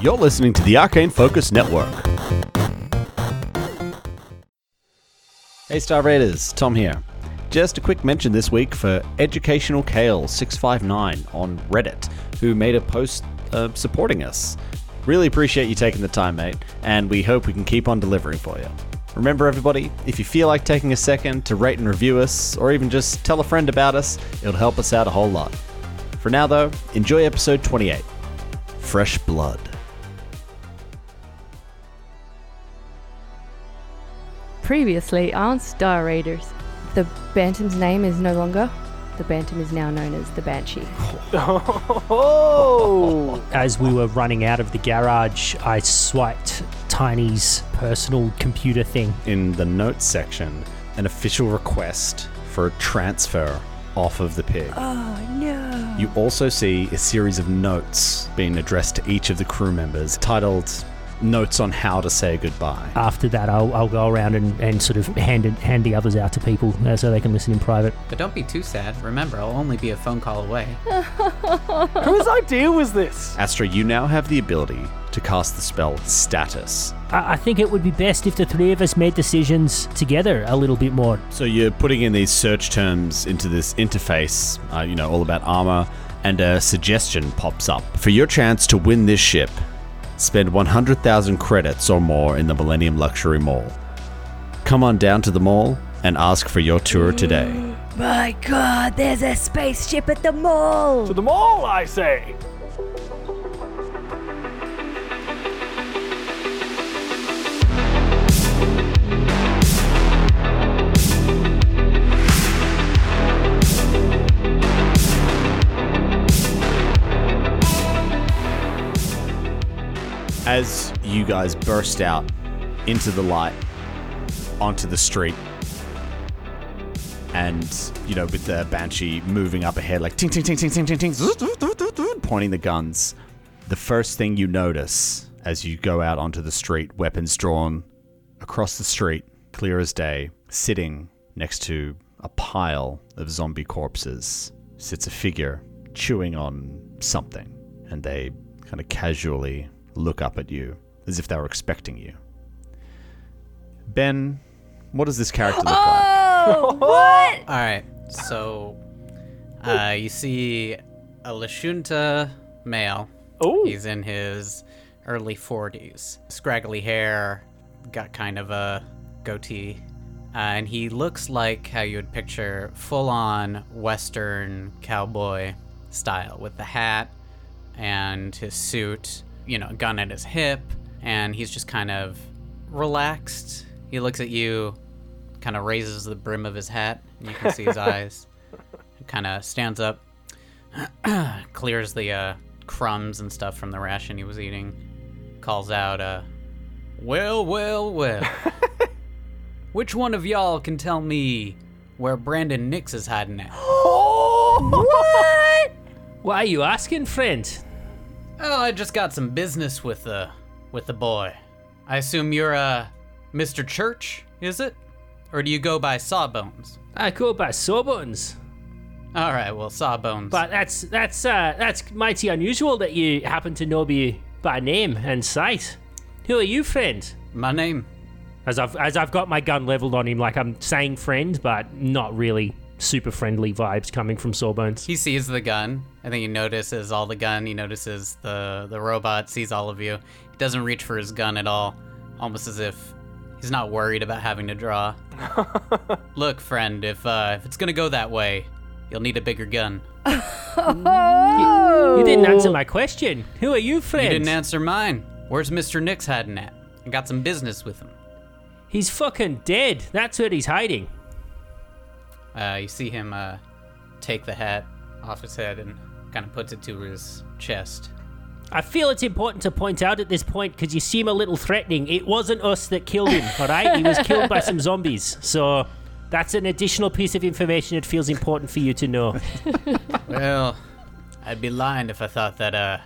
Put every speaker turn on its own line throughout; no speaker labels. You're listening to the Arcane Focus Network. Hey, Star Raiders, Tom here. Just a quick mention this week for Educational Kale 659 on Reddit, who made a post uh, supporting us. Really appreciate you taking the time, mate, and we hope we can keep on delivering for you. Remember, everybody, if you feel like taking a second to rate and review us, or even just tell a friend about us, it'll help us out a whole lot. For now, though, enjoy episode 28 Fresh Blood.
Previously on Star Raiders, the Bantam's name is no longer. The Bantam is now known as the Banshee.
Oh!
As we were running out of the garage, I swiped Tiny's personal computer thing.
in the notes section an official request for a transfer off of the pig. Oh no. You also see a series of notes being addressed to each of the crew members titled Notes on How to Say Goodbye.
After that, I'll, I'll go around and, and sort of hand, it, hand the others out to people uh, so they can listen in private.
But don't be too sad. Remember, I'll only be a phone call away.
Whose idea was this?
Astra, you now have the ability to cast the spell Status.
I, I think it would be best if the three of us made decisions together a little bit more.
So you're putting in these search terms into this interface, uh, you know, all about armor, and a suggestion pops up. For your chance to win this ship, spend 100,000 credits or more in the Millennium Luxury Mall. Come on down to the mall and ask for your tour today.
My god, there's a spaceship at the mall!
To the mall, I say.
As you guys burst out into the light, onto the street, and you know, with the banshee moving up ahead, like ting ting ting ting ting ting ting, zoot, zoot, zoot, zoot, zoot, pointing the guns. The first thing you notice as you go out onto the street, weapons drawn across the street, clear as day, sitting next to a pile of zombie corpses, sits a figure chewing on something, and they kind of casually look up at you as if they were expecting you. Ben, what does this character look like?
All right. So, uh, you see a Lashunta male.
Oh.
He's in his early 40s. Scraggly hair, got kind of a goatee. Uh, and he looks like how you would picture full on Western cowboy style with the hat and his suit, you know, gun at his hip. And he's just kind of relaxed. He looks at you, kind of raises the brim of his hat, and you can see his eyes. Kind of stands up, clears the uh, crumbs and stuff from the ration he was eating, calls out, uh, Well, well, well. Which one of y'all can tell me where Brandon Nix is hiding at?
Why are you asking, friend?
Oh, I just got some business with the with the boy. I assume you're uh Mr. Church, is it? Or do you go by Sawbones?
I go by Sawbones,
All right, well, Sawbones.
but that's that's uh, that's mighty unusual that you happen to know me by name and sight. Who are you, friend?
my name
as I've as I've got my gun leveled on him, like I'm saying friend, but not really super friendly vibes coming from Sawbones.
He sees the gun. I think he notices all the gun. He notices the the robot sees all of you. He doesn't reach for his gun at all, almost as if he's not worried about having to draw. Look, friend, if uh, if it's gonna go that way, you'll need a bigger gun.
You didn't answer my question. Who are you, friend?
You didn't answer mine. Where's Mr. Nix hiding at? I got some business with him.
he's fucking dead. That's what he's hiding.
Uh, you see him uh, take the hat off his head and kind of puts it to his chest.
I feel it's important to point out at this point because you seem a little threatening. It wasn't us that killed him, all right? He was killed by some zombies. So that's an additional piece of information it feels important for you to know.
Well, I'd be lying if I thought that uh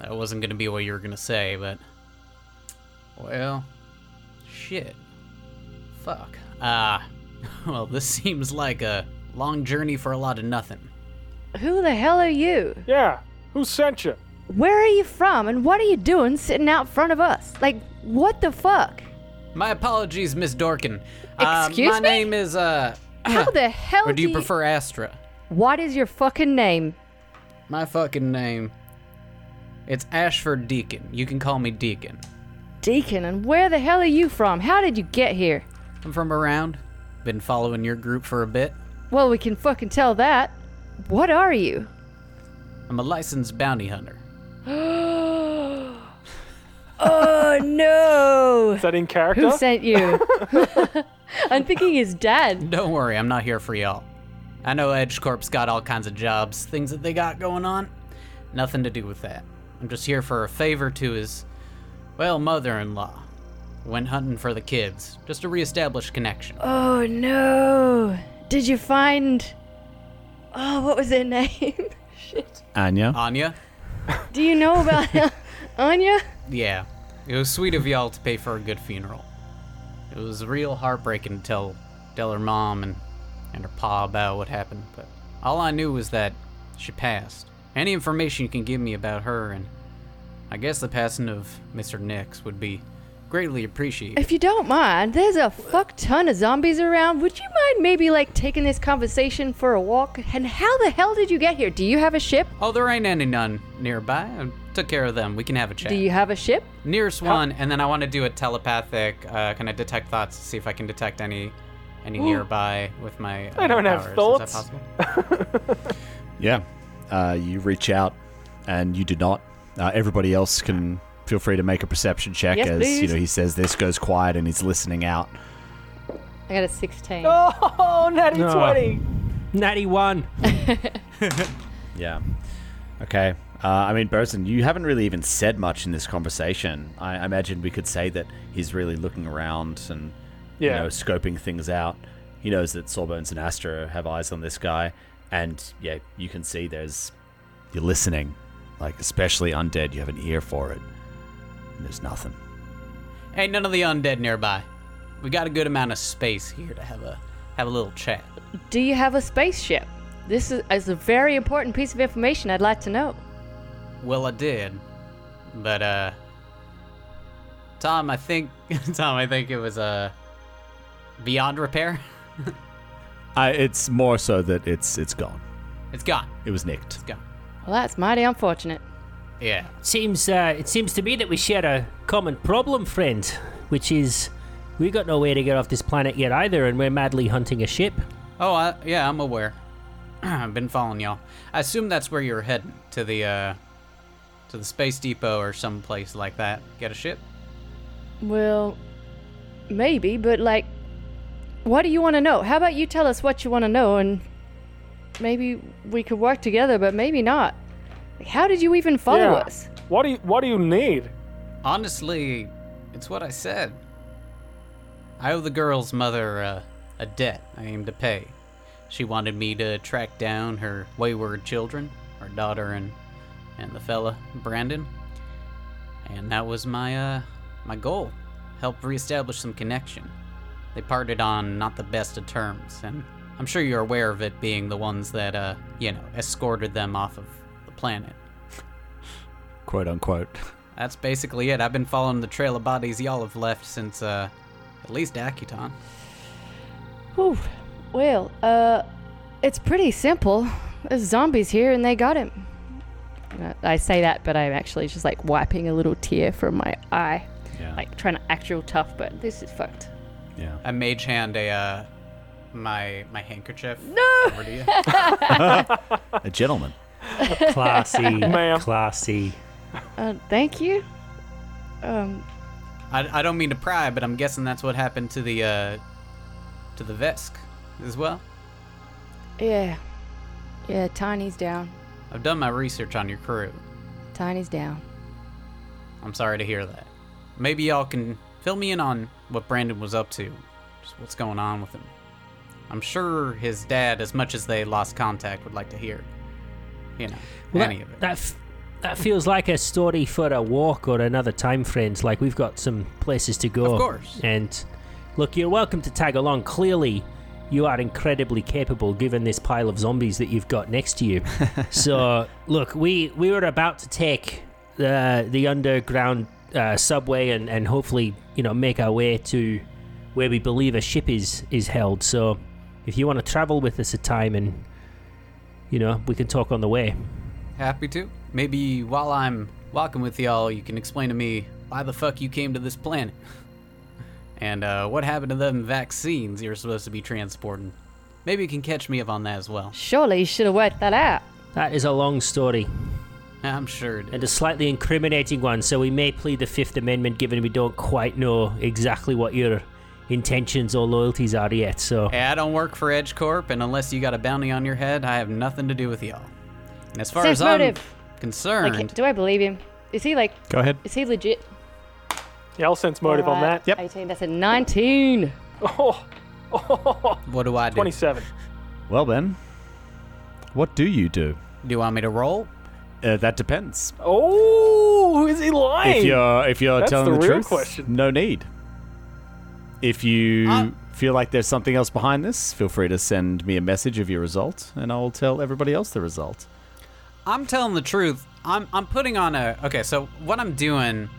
that wasn't gonna be what you were gonna say, but well, shit, fuck. Ah, well, this seems like a long journey for a lot of nothing.
Who the hell are you?
Yeah. Who sent you?
Where are you from and what are you doing sitting out front of us? Like, what the fuck?
My apologies, Miss Dorkin. Uh,
Excuse
my
me?
name is uh.
How the hell
Or do you
do
prefer Astra?
What is your fucking name?
My fucking name. It's Ashford Deacon. You can call me Deacon.
Deacon, and where the hell are you from? How did you get here?
I'm from around. Been following your group for a bit.
Well, we can fucking tell that. What are you?
I'm a licensed bounty hunter.
Oh no!
Is that in character?
Who sent you? I'm thinking his dad.
Don't worry, I'm not here for y'all. I know Edge Corp's got all kinds of jobs, things that they got going on. Nothing to do with that. I'm just here for a favor to his, well, mother in law. Went hunting for the kids, just to reestablish connection.
Oh no! Did you find. Oh, what was their name? Shit.
Anya.
Anya?
Do you know about Anya?
Yeah. It was sweet of y'all to pay for a good funeral. It was real heartbreaking to tell, tell her mom and, and her pa about what happened, but all I knew was that she passed. Any information you can give me about her and I guess the passing of Mr. Nix would be greatly appreciated.
If you don't mind, there's a fuck ton of zombies around. Would you mind maybe like taking this conversation for a walk? And how the hell did you get here? Do you have a ship?
Oh, there ain't any none nearby. I took care of them. We can have a chat.
Do you have a ship?
Nearest
Oh.
one, and then I want to do a telepathic, uh, kind of detect thoughts, see if I can detect any, any nearby with my. Uh,
I don't have
powers. Is
thoughts.
that possible?
Yeah. Uh, you reach out and you do not. Uh, everybody else can feel free to make a perception check
Yes,
as you
please.
know he says this goes quiet and he's listening out.
I got a 16.
Oh, natty
No.
20.
Natty one.
Yeah. Okay. Uh, I mean, Bosun, you haven't really even said much in this conversation. I I imagine we could say that he's really looking around and you
Yeah.
know scoping things out. He knows that Sawbones and Astra have eyes on this guy, and yeah, you can see there's you're listening, like especially undead. You have an ear for it. And there's nothing.
Ain't none of the undead nearby. We got a good amount of space here to have a have a little chat.
Do you have a spaceship? This is, is a very important piece of information I'd like to know.
Well, I did, but uh, Tom, I think Tom, I think it was uh, beyond repair.
I, it's more so that it's it's gone.
It's gone.
It was nicked.
It's gone.
Well, that's mighty unfortunate.
Yeah.
Seems uh, it seems to me that we share a common problem, friend, which is we got no way to get off this planet yet either, and we're madly hunting a ship.
Oh, I, yeah, I'm aware. I've been following y'all. I assume that's where you're heading to the uh, to the space depot or some place like that. Get a ship.
Well, maybe, but like, what do you want to know? How about you tell us what you want to know and maybe we could work together, but maybe not. Like, how did you even follow
Yeah.
us?
What do you What do you need?
Honestly, it's what I said. I owe the girl's mother uh, a debt I aim to pay. She wanted me to track down her wayward children, her daughter and and the fella Brandon, and that was my uh, my goal. Help reestablish some connection. They parted on not the best of terms, and I'm sure you're aware of it being the ones that uh, you know escorted them off of the planet.
Quote unquote.
That's basically it. I've been following the trail of bodies y'all have left since, uh, at least Akutan.
Whew. Well, uh, it's pretty simple. There's zombies here and they got him. Uh, I say that, but I'm actually just like wiping a little tear from my eye.
Yeah.
Like trying to act real tough, but this is fucked.
Yeah.
I mage hand a, uh, my, my handkerchief.
No!
Over to you.
A gentleman.
Classy,
Ma'am.
classy.
Uh, thank you. Um,
I, I don't mean to pry, but I'm guessing that's what happened to the, uh, to the Vesk as well.
yeah. Yeah, Tiny's down.
I've done my research on your crew.
Tiny's down.
I'm sorry to hear that. Maybe y'all can fill me in on what Brandon was up to, just what's going on with him. I'm sure his dad, as much as they lost contact, would like to hear, you know,
Well,
any
that,
of it.
that f- that feels like a story for a walk or another time, friends. Like we've got some places to go.
Of course.
And look, you're welcome to tag along. Clearly, you are incredibly capable given this pile of zombies that you've got next to you. so, look, we, we were about to take the, the underground uh, subway and, and hopefully, you know, make our way to where we believe a ship is, is held. So, if you want to travel with us a time and, you know, we can talk on the way.
Happy to. Maybe while I'm walking with y'all, you can explain to me why the fuck you came to this planet. And uh, what happened to them vaccines you were supposed to be transporting? Maybe you can catch me up on that as well.
Surely you should have worked that out.
That is a long story
I'm sure. it-
and a slightly incriminating one, so we may plead the Fifth Amendment given we don't quite know exactly what your intentions or loyalties are yet. So,
Hey, I don't work for Edge Corp, and unless you got a bounty on your head, I have nothing to do with y'all. And as far
Safe
as I'm
motive.
concerned,
Like, do I believe him? Is he like,
Go ahead.
is he legit?
Yeah, I'll sense motive on
Alright,
that.
Yep.
18. That's a 19.
Oh, oh,
what do I do?
27.
Well, Ben, what do you do?
Do you want me to roll?
Uh, that depends.
Oh, is he lying?
If you're if you're
That's
telling the,
the real
truth,
question.
no need. If you
Uh,
feel like there's something else behind this, feel free to send me a message of your result, and I will tell everybody else the result.
I'm telling the truth. I'm I'm putting on a okay. So what I'm doing,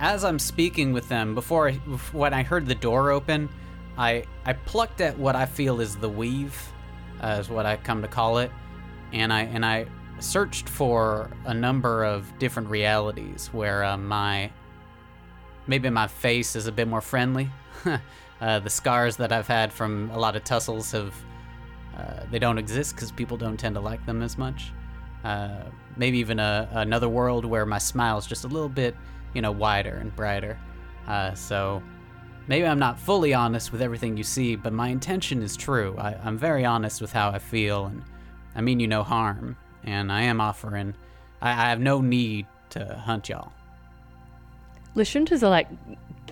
as I'm speaking with them before I, when I heard the door open, I I plucked at what I feel is the weave, uh, is what I come to call it, and I and I searched for a number of different realities where uh, my maybe my face is a bit more friendly. uh, the scars that I've had from a lot of tussles have uh, they don't exist because people don't tend to like them as much. Uh, maybe even a, another world where my smile's just a little bit, you know, wider and brighter. Uh, so maybe I'm not fully honest with everything you see, but my intention is true. I, I'm very honest with how I feel, and I mean you no harm. And I am offering. I, I have no need to hunt y'all.
Lashuntas are like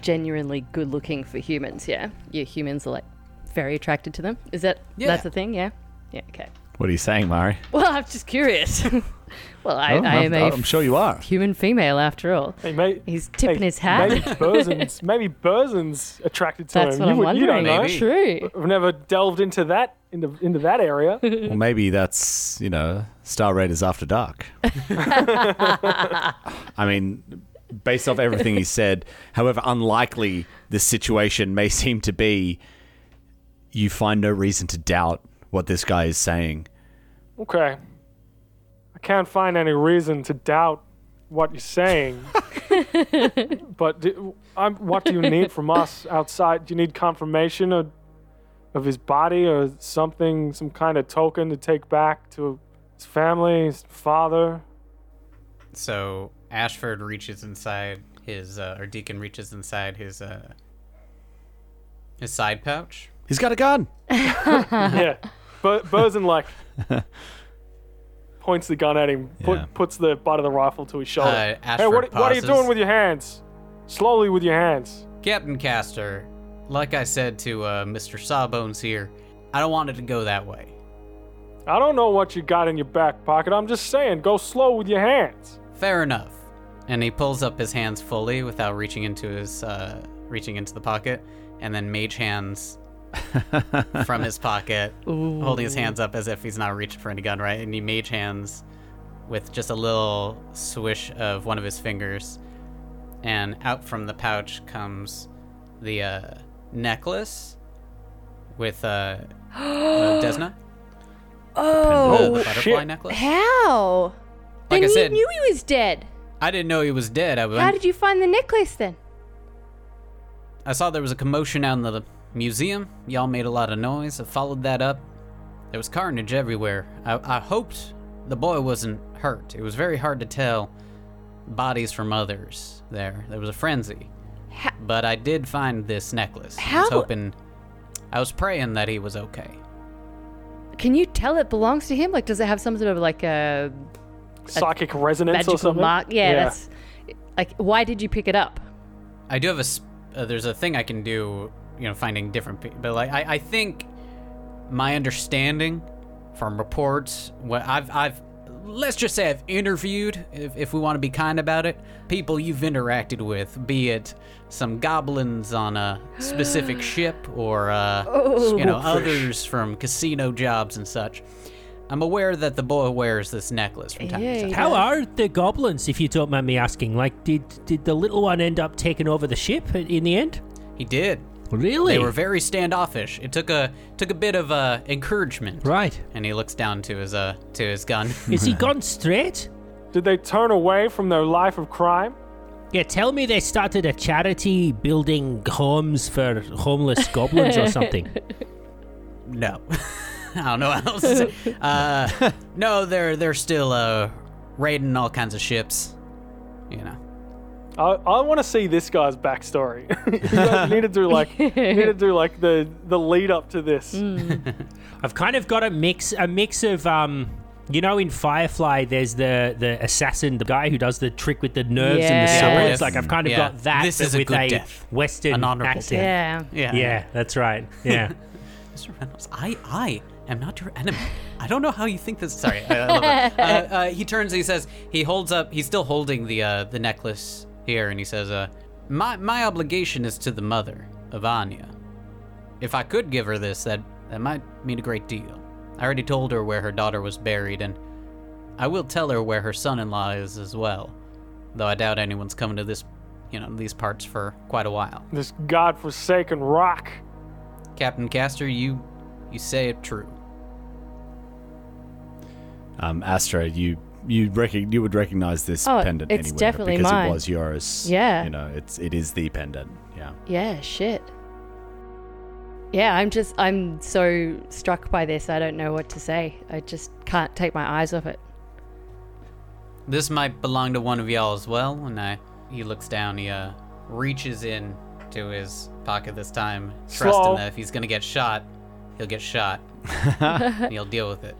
genuinely good looking for humans, yeah? Yeah, humans are like very attracted to them. Is that,
Yeah.
that's a thing, yeah? Yeah, okay.
What are you saying, Mari?
Well, I'm just curious. well, I,
Oh,
I am a
I'm, I'm sure you are.
human female after all.
Hey, mate.
He's tipping
hey,
his hat.
Maybe Burzins, maybe Burzins attracted to
That's
him.
what
you,
I'm
would- you
wondering.
don't know.
Maybe.
True.
I've never delved into that into, into that area.
Well, maybe that's, you know, Star Raiders After Dark. I mean, based off everything he said, however unlikely this situation may seem to be, you find no reason to doubt what this guy is saying.
Okay. I can't find any reason to doubt what you're saying. but do, I'm, what do you need from us outside? Do you need confirmation of, of his body or something, some kind of token to take back to his family, his father?
So Ashford reaches inside his, uh, or Deacon reaches inside his, uh, his side pouch.
He's got a gun.
yeah. Bur- Burzin, like, points the gun at him, put,
Yeah.
puts the butt of the rifle to his shoulder.
Uh,
Oh, hey,
Ashford
what, what are you
pauses.
doing with your hands? Slowly with your hands.
Captain Castor, like I said to uh, Mr. Sawbones here, I don't want it to go that way.
I don't know what you got in your back pocket. I'm just saying, go slow with your hands.
Fair enough. And he pulls up his hands fully without reaching into his, uh, reaching into the pocket, and then mage hands from his pocket, holding his hands up as if he's not reaching for any gun, right? And he mage hands with just a little swish of one of his fingers, and out from the pouch comes the uh, necklace with uh, uh, Desna. the, the
Oh,
butterfly
shit.
necklace.
how?
Like
then
I
he
said-
knew he was dead.
I didn't know he was dead. I,
How did you find the necklace then?
I saw there was a commotion out in the museum. Y'all made a lot of noise. I followed that up. There was carnage everywhere. I, I hoped the boy wasn't hurt. It was very hard to tell bodies from others there. There was a frenzy.
Ha-
But I did find this necklace. I
How-
was hoping. I was praying that he was okay.
Can you tell it belongs to him? Like, does it have some sort of like a
Psychic resonance or
magical
something.
mark? Yeah, that's like, why did you pick it up?
I do have a. sp- Uh, there's a thing I can do, you know, finding different people. But like, I, I think my understanding from reports, what I've I've let's just say I've interviewed, if, if we want to be kind about it, people you've interacted with, be it some goblins on a specific ship or, uh, you know, others from casino jobs and such. I'm aware that the boy wears this necklace from time to
Yay.
time.
How are the goblins, if you don't mind me asking? Like, did did the little one end up taking over the ship in- in the end?
He did.
Really?
They were very standoffish. It took a took a bit of uh, encouragement.
right.
And he looks down to his uh to his gun.
Is he gone straight?
Did they turn away from their life of crime?
Yeah, tell me they started a charity building homes for homeless goblins or something.
No, I don't know what else to say. Uh, no, they're they're still uh, raiding all kinds of ships. You know,
I, I want to see this guy's backstory. you guys need to do like need to do like the the lead up to this.
Mm.
I've kind of got a mix a mix of um you know in Firefly there's the the assassin, the guy who does the trick with the nerves and the
Yeah.
swords.
Yes.
Like I've kind of
Yeah.
got that
This
but
is a
with
good
a
death.
Western
An honorable
accent.
Yeah.
yeah,
Yeah, that's right. Yeah.
Mr. Reynolds, I I am not your enemy. I don't know how you think this. Sorry, I, I love it. Uh, uh, he turns. and He says he holds up. He's still holding the uh, the necklace here, and he says, uh, "My my obligation is to the mother of Anya. If I could give her this, that that might mean a great deal. I already told her where her daughter was buried, and I will tell her where her son-in-law is as well. Though I doubt anyone's coming to this, you know, these parts for quite a while.
This godforsaken rock.
Captain Castor, you you say it true."
Um, Astra, you you recog you would recognize this
Oh,
pendant
it's
anywhere
definitely
because
mine.
it was yours.
Yeah.
you know, it's it is the pendant. Yeah,
Yeah, shit. Yeah, I'm just I'm so struck by this. I don't know what to say. I just can't take my eyes off it.
This might belong to one of y'all as well. And I, he looks down. He uh, reaches in to his pocket this time, trusting
Slow.
that if he's gonna get shot, he'll get shot. and he'll deal with it.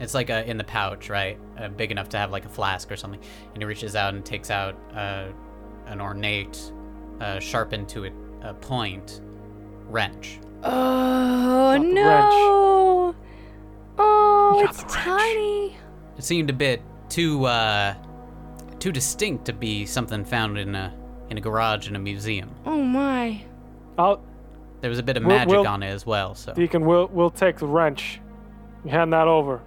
It's like a, in the pouch, right? Uh, big enough to have like a flask or something. And he reaches out and takes out uh, an ornate, uh, sharpened to a, a point wrench.
Oh
Drop the
no. Oh,
Drop
it's
the wrench.
tiny.
It seemed a bit too uh, too distinct to be something found in a in a garage in a museum.
Oh my.
I'll,
There was a bit of
We'll-
magic
we'll-
on it as well, so
Oh, Deacon, we'll we'll take the wrench. You hand that over.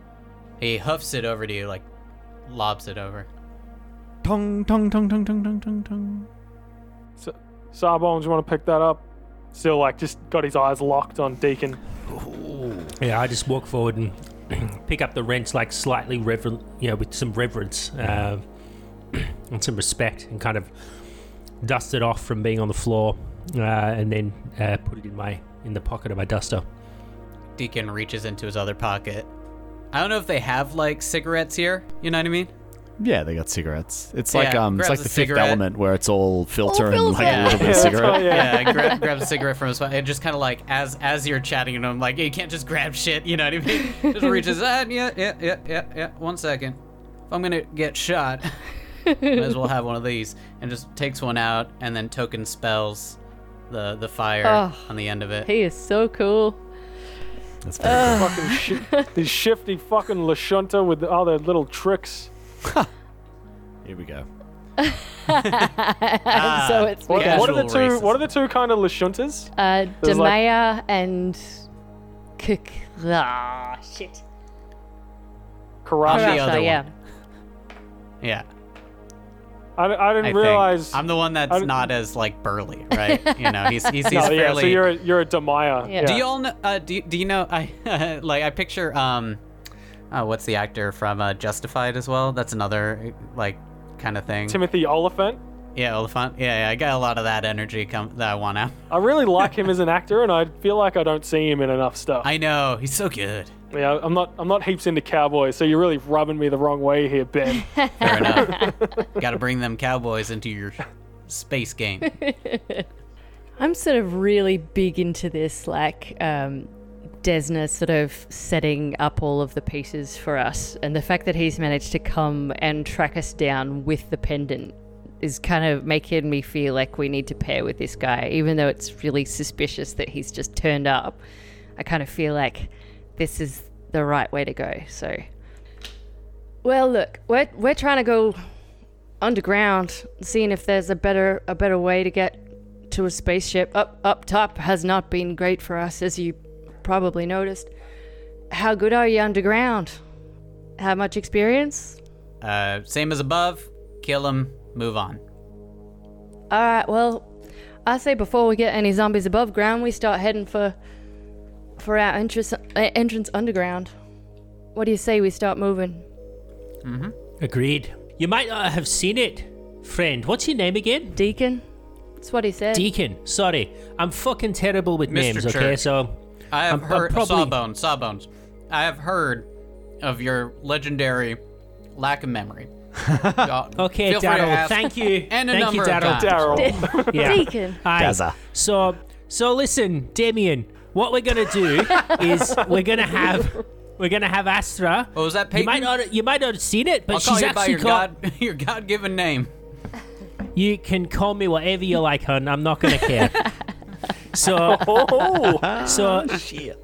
he huffs it over to you, like lobs it over.
tong tong tong tong tong tong tong tong.
S- Sawbones, you want to pick that up? Still like just got his eyes locked on Deacon.
yeah, I just walk forward and pick up the wrench like slightly reverent you know, with some reverence, uh, and some respect and kind of dust it off from being on the floor, uh, and then uh, put it in my in the pocket of my duster.
Deacon reaches into his other pocket. I don't know if they have like cigarettes here. You know what I mean?
Yeah, they got cigarettes. It's like
Yeah,
um, it's like
grabs a
the
cigarette.
fifth element where it's all filter and like
filter.
a little bit of
Yeah,
cigarette.
that's right,
Yeah. grab, grabs a cigarette from his pocket. It just kind of like as as you're chatting to him, like you can't just grab shit. You know what I mean? Just reaches. Ah, yeah, yeah, yeah, yeah, yeah. One second. If I'm gonna get shot, might as well have one of these. And just takes one out and then token spells the the fire
Ugh.
on the end of it.
He is so cool.
That's pretty cool.
Fucking shi these shifty fucking Lashunta with all their little tricks.
Here we go.
Ah,
so it's
What,
Yeah.
what are the two?
Casual
What are the two kind of Lashuntas?
uh
There's like-
Demaya and Kuk ah, shit.
I'm the
Karashi.
other
Karasha, yeah.
one. Yeah.
I, I
I
didn't
think.
realize.
I'm the one that's
I'm-
not as like burly, right? You know, he's he's, he's
no, Oh, yeah.
fairly.
So you're a, you're a Demaya.
Yeah.
Yeah.
Do you all know? Uh, do, do you know? I like I picture um, uh, what's the actor from uh, Justified as well? That's another like kind of thing.
Timothy Oliphant.
yeah, Oliphant. Yeah, yeah, I got a lot of that energy come that I want out.
I really like him as an actor, and I feel like I don't see him in enough stuff.
I know he's so good.
yeah, I'm not I'm not heaps into cowboys, so you're really rubbing me the wrong way here, Ben.
Fair enough. got to bring them cowboys into your space game.
I'm sort of really big into this, like um, Desna sort of setting up all of the pieces for us, and the fact that he's managed to come and track us down with the pendant is kind of making me feel like we need to pair with this guy, even though it's really suspicious that he's just turned up. I kind of feel like this is the right way to go. So Well, look, we're we're trying to go underground, seeing if there's a better a better way to get to a spaceship. Up up top has not been great for us, as you probably noticed. How good are you underground? How much experience?
Uh, same as above. Kill him. Move on.
All right. Well, I say before we get any zombies above ground, we start heading for for our entrance uh, entrance underground. What do you say we start moving?
Agreed. You might not have seen it, friend. What's your name again?
Deacon? That's what he said.
Deacon. Sorry, I'm fucking terrible with
Mr.
names. Okay,
Church.
so
I have
I'm- I'm
heard
probably-
sawbones. Sawbones. I have heard of your legendary lack of memory. Uh,
okay,
feel free to
Daryl.
ask
Thank you.
any
thank
number
you,
of
Daryl.
times.
Daryl.
Yeah.
Deacon.
Aye.
Gaza.
So, so listen, Damien. What we're gonna do is we're gonna have we're gonna have Astra.
What was
you
that, Oh, Peyton?
might not you might not have seen it, but
I'll call
she's
you by
actually
your
got.
god your god given name.
You can call me whatever you like, hun. I'm not gonna care. so, so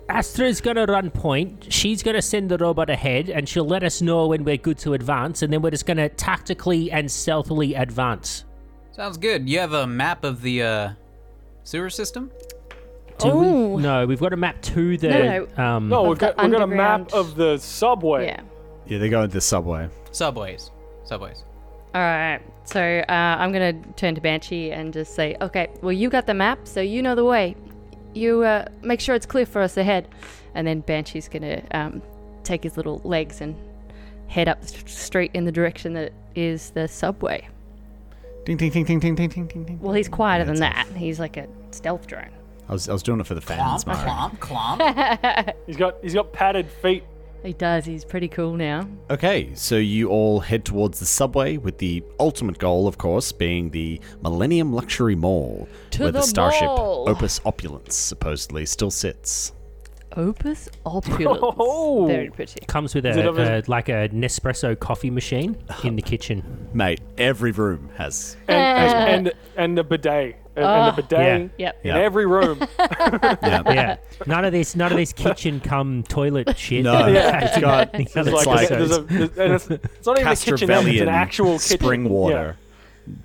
Astra's gonna run point. She's gonna send the robot ahead, and she'll let us know when we're good to advance, and then we're just gonna tactically and stealthily advance.
Sounds good. You have a map of the uh, sewer system?
Do
Ooh.
we? No, we've got a map to the.
Oh. No,
Um,
No, we've
the
got, we've got a map
underground.
of the subway.
Yeah.
Yeah, they go into the subway.
Subways. Subways.
All right. So uh, I'm gonna turn to Banshee and just say, okay, well you got the map, so you know the way. You uh, make sure it's clear for us ahead, and then Banshee's gonna um, take his little legs and head up s- straight in the direction that is the subway.
Ding, ding, ding, ding, ding, ding, ding, ding, ding.
Well, he's quieter than that. He's like a stealth drone.
I was, I was doing it for the fans,
Clomp,
Mario.
clomp, clomp.
He's got he's got padded feet.
He does. He's pretty cool now.
Okay, so you all head towards the subway with the ultimate goal, of course, being the Millennium Luxury Mall,
To
where the,
the
starship
mall.
Opus Opulence supposedly still sits.
Opus opulence.
Oh.
Very pretty.
comes with
it
a,
of a-
a like a Nespresso coffee machine in the kitchen.
Mate, every room has.
and,
Uh.
and and the bidet and,
Oh.
and the bidet in
Yep.
Yeah.
every room.
Yeah, none of this, none of this kitchen cum toilet shit.
No,
Yeah.
it's got
It's
it's
like
It's
like
like there's a, there's a, and it's, it's not even a kitchen. It's an
Castrovellian
actual kitchen.
spring
Yeah.
water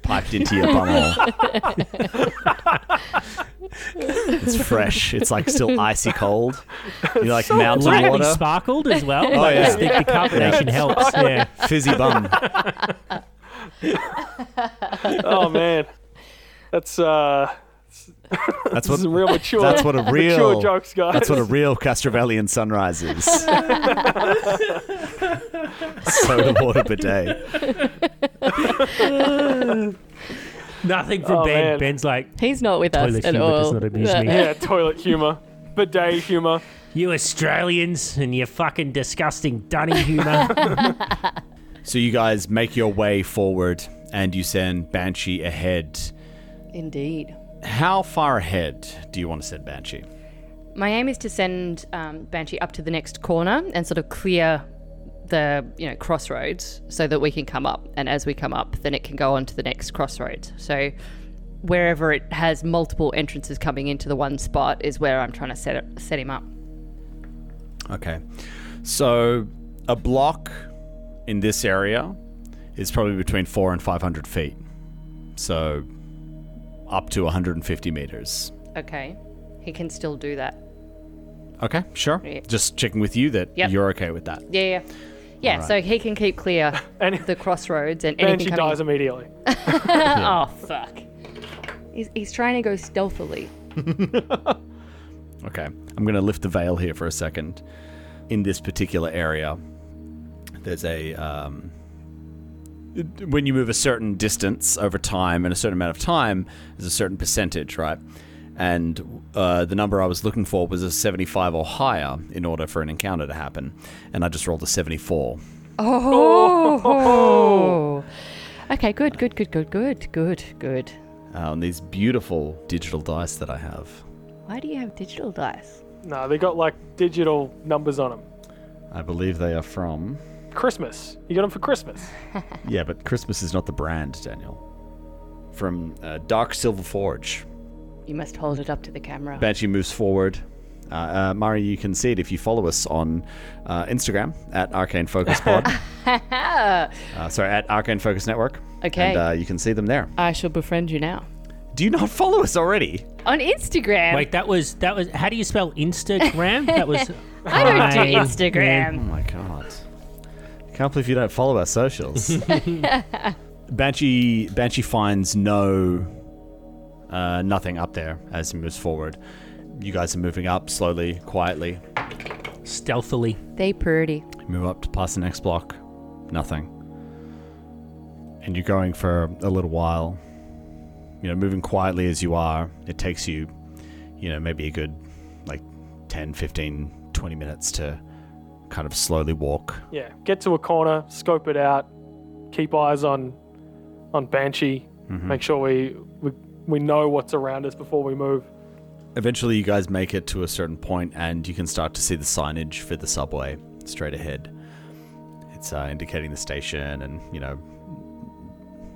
piped into your bumhole. it's fresh. It's like still icy cold. You like mountain
lightly
water,
sparkled as well. Oh
yeah.
the, the carbonation helps. Yeah.
fizzy bum.
Oh man, that's uh,
That's
this is
what.
real mature.
That's what a
mature
real.
jokes, guys.
That's what a real Castrovellian sunrise is. Soda water bidet.
Nothing from
Oh,
Ben.
man.
Ben's like,
He's not with us
Toilet
at
humor does
all.
not amuse
Yeah.
me.
yeah, toilet humor, bidet humor.
you Australians and your fucking disgusting dunny humour.
So you guys make your way forward, and you send Banshee ahead.
Indeed.
How far ahead do you want to send Banshee?
My aim is to send um, Banshee up to the next corner and sort of clear the you know crossroads so that we can come up. And as we come up, then it can go on to the next crossroads. So wherever it has multiple entrances coming into the one spot is where I'm trying to set it, set him up.
Okay. So a block in this area is probably between four and 500 feet. So up to 150 meters.
Okay, he can still do that.
Okay, sure.
Yeah.
Just checking with you that
Yep.
you're okay with that.
Yeah, yeah, yeah. So he can keep clear
And-
the crossroads and
And
anything
she
coming.
dies immediately.
Oh fuck! He's, he's trying to go stealthily.
Okay. I'm going to lift the veil here for a second. In this particular area, there's a. Um, it- when you move a certain distance over time and a certain amount of time, there's a certain percentage, right? And uh, the number I was looking for was a 75 or higher in order for an encounter to happen. And I just rolled a 74.
Oh. Okay, good, good, good, good, good, good, good.
Uh, on these beautiful digital dice that I have.
Why do you have digital dice?
No, they got like digital numbers on them.
I believe they are from.
Christmas. You got them for Christmas.
Yeah, but Christmas is not the brand, Daniel. From uh, Dark Silver Forge.
You must hold it up to the camera.
Banshee moves forward, Uh, uh, Mari, you can see it if you follow us on uh, Instagram at Arcane Focus Pod. uh, sorry, at Arcane Focus Network.
Okay.
And uh, you can see them there.
I shall befriend you now.
Do you not follow us already?
On Instagram.
Like that was that was. How do you spell Instagram? That was.
I don't do
I-
Oh
Instagram.
my god. Can't believe you don't follow our socials. Banshee Banshee finds no uh, nothing up there as he moves forward. You guys are moving up slowly, quietly.
Stealthily.
They pretty.
Move up to past the next block. Nothing. And you're going for a little while. You know, moving quietly as you are, it takes you, you know, maybe a good like 10, 15, 20 minutes to kind of slowly walk
Yeah, get to a corner, scope it out, keep eyes on on Banshee,
Mm-hmm.
make sure we, we we know what's around us before we move.
Eventually, you guys make it to a certain point, and you can start to see the signage for the subway straight ahead. It's uh, indicating the station, and you know,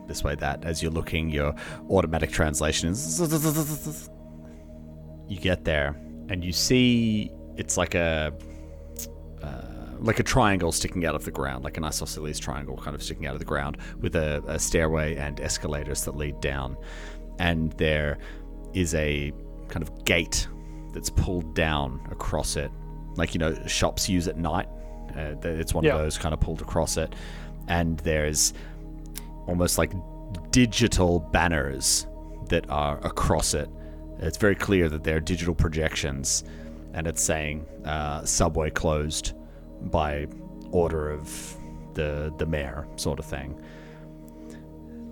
this way, that. As you're looking, your automatic translation is. You get there, and you see it's like a uh, like a triangle sticking out of the ground, like an isosceles triangle kind of sticking out of the ground, with a, a stairway and escalators that lead down. And there is a kind of gate that's pulled down across it, like you know shops use at night. Uh, th- it's one
Yeah.
of those kind of pulled across it, and there's almost like digital banners that are across it. It's very clear that they're digital projections, and it's saying uh, "subway closed" by order of the the mayor, sort of thing.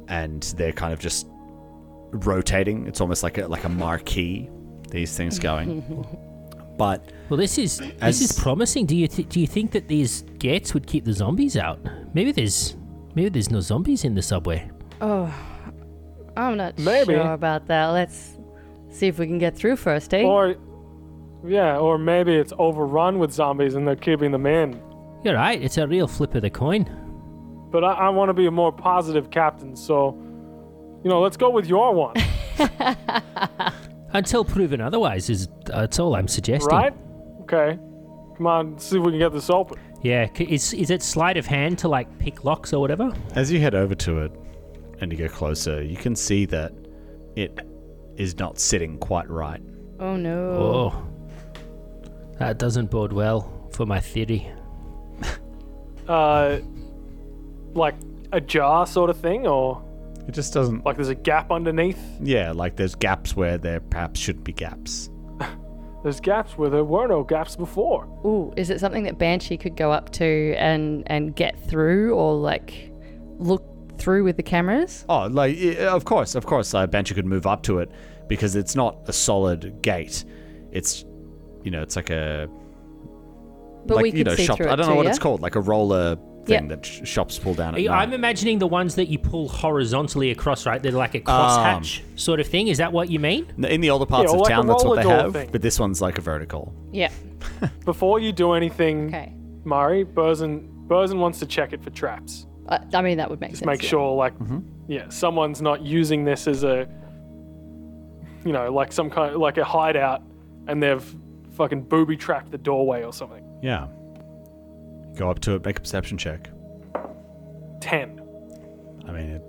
And they're kind of just rotating. It's almost like a like a marquee. These things going, but
Well, this is
As-
this is promising. Do you th- do you think that these gates would keep the zombies out? Maybe there's maybe there's no zombies in the subway.
I'm not
Maybe.
sure about that. Let's see if we can get through first, eh?
Or yeah, or maybe it's overrun with zombies and they're keeping them in.
You're right. It's a real flip of the coin.
But I, I want to be a more positive captain, so you know, let's go with your one,
Until proven otherwise is that's all I'm suggesting.
right? Okay. Come on, see if we can get this open.
Yeah. c- Is is it sleight of hand to like pick locks or whatever?
As you head over to it and you go closer, you can see that it is not sitting quite right.
Oh no.
Oh, that doesn't bode well for my theory.
Uh like a jar sort of thing or
It just doesn't.
like there's a gap underneath.
Yeah, like there's gaps where there perhaps shouldn't be gaps.
There's gaps where there were no gaps before.
Oh.
Ooh, is it something that Banshee could go up to and and get through or like look through with the cameras?
Oh, like i- of course, of course, uh, Banshee could move up to it because it's not a solid gate. It's, you know, it's like a
But
like
we
you
could
know
see
shop.
through it
I don't know
too,
what
yeah?
it's called, like a roller thing
Yeah.
that sh- shops pull down at
Yeah,
night.
I'm imagining the ones that you pull horizontally across, right? They're like a crosshatch sort of thing. Is that what you mean?
N- In the older parts
Yeah,
of
like a
town, that's what
roller
they
door
have,
thing.
but this one's like a vertical.
Yeah.
Before you do anything,
Okay.
Mari, Burzin, Burzin wants to check it for traps.
Uh, I mean, that would make
Just
sense.
make
yeah.
sure, like,
Mm-hmm.
yeah, someone's not using this as a, you know, like some kind like a hideout, and they've fucking booby trapped the doorway or something.
Yeah. Go up to it, make a perception check.
Ten.
I mean, it,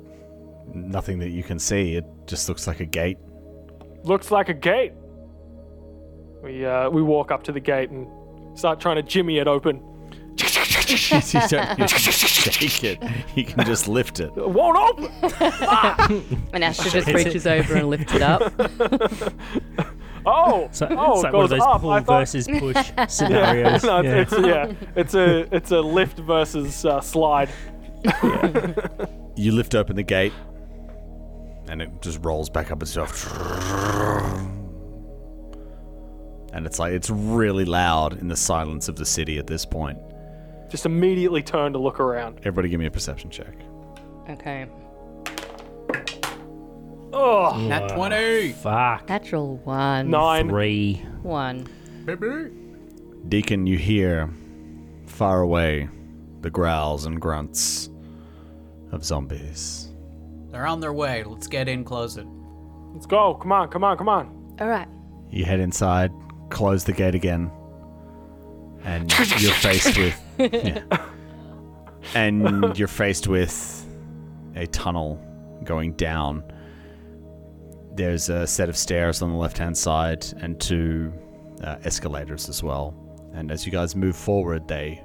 nothing that you can see. It just looks like a gate.
Looks like a gate. We uh, we walk up to the gate and start trying to jimmy it open.
you don't need to shake it. You can just lift it.
It won't open.
And Astra just reaches over and lifts it up.
Oh,
So,
oh,
it's like
it
one
goes
of those
up. I
pull
thought,
versus push scenarios.
no,
Yeah.
it's, yeah, it's a it's a lift versus uh, slide.
You lift open the gate, and it just rolls back up itself. And it's like it's really loud in the silence of the city at this point.
Just immediately turn to look around.
Everybody, give me a perception check.
Okay.
Oh,
Nat 20!
Fuck.
Natural one.
nine.
Three.
One.
Deacon, you hear far away the growls and grunts of zombies.
They're on their way. Let's get in, close it.
Let's go. Come on, come on, come on.
All right.
You head inside, close the gate again, and you're faced with, yeah. and you're faced with a tunnel going down. There's a set of stairs on the left-hand side and two uh, escalators as well. And as you guys move forward, they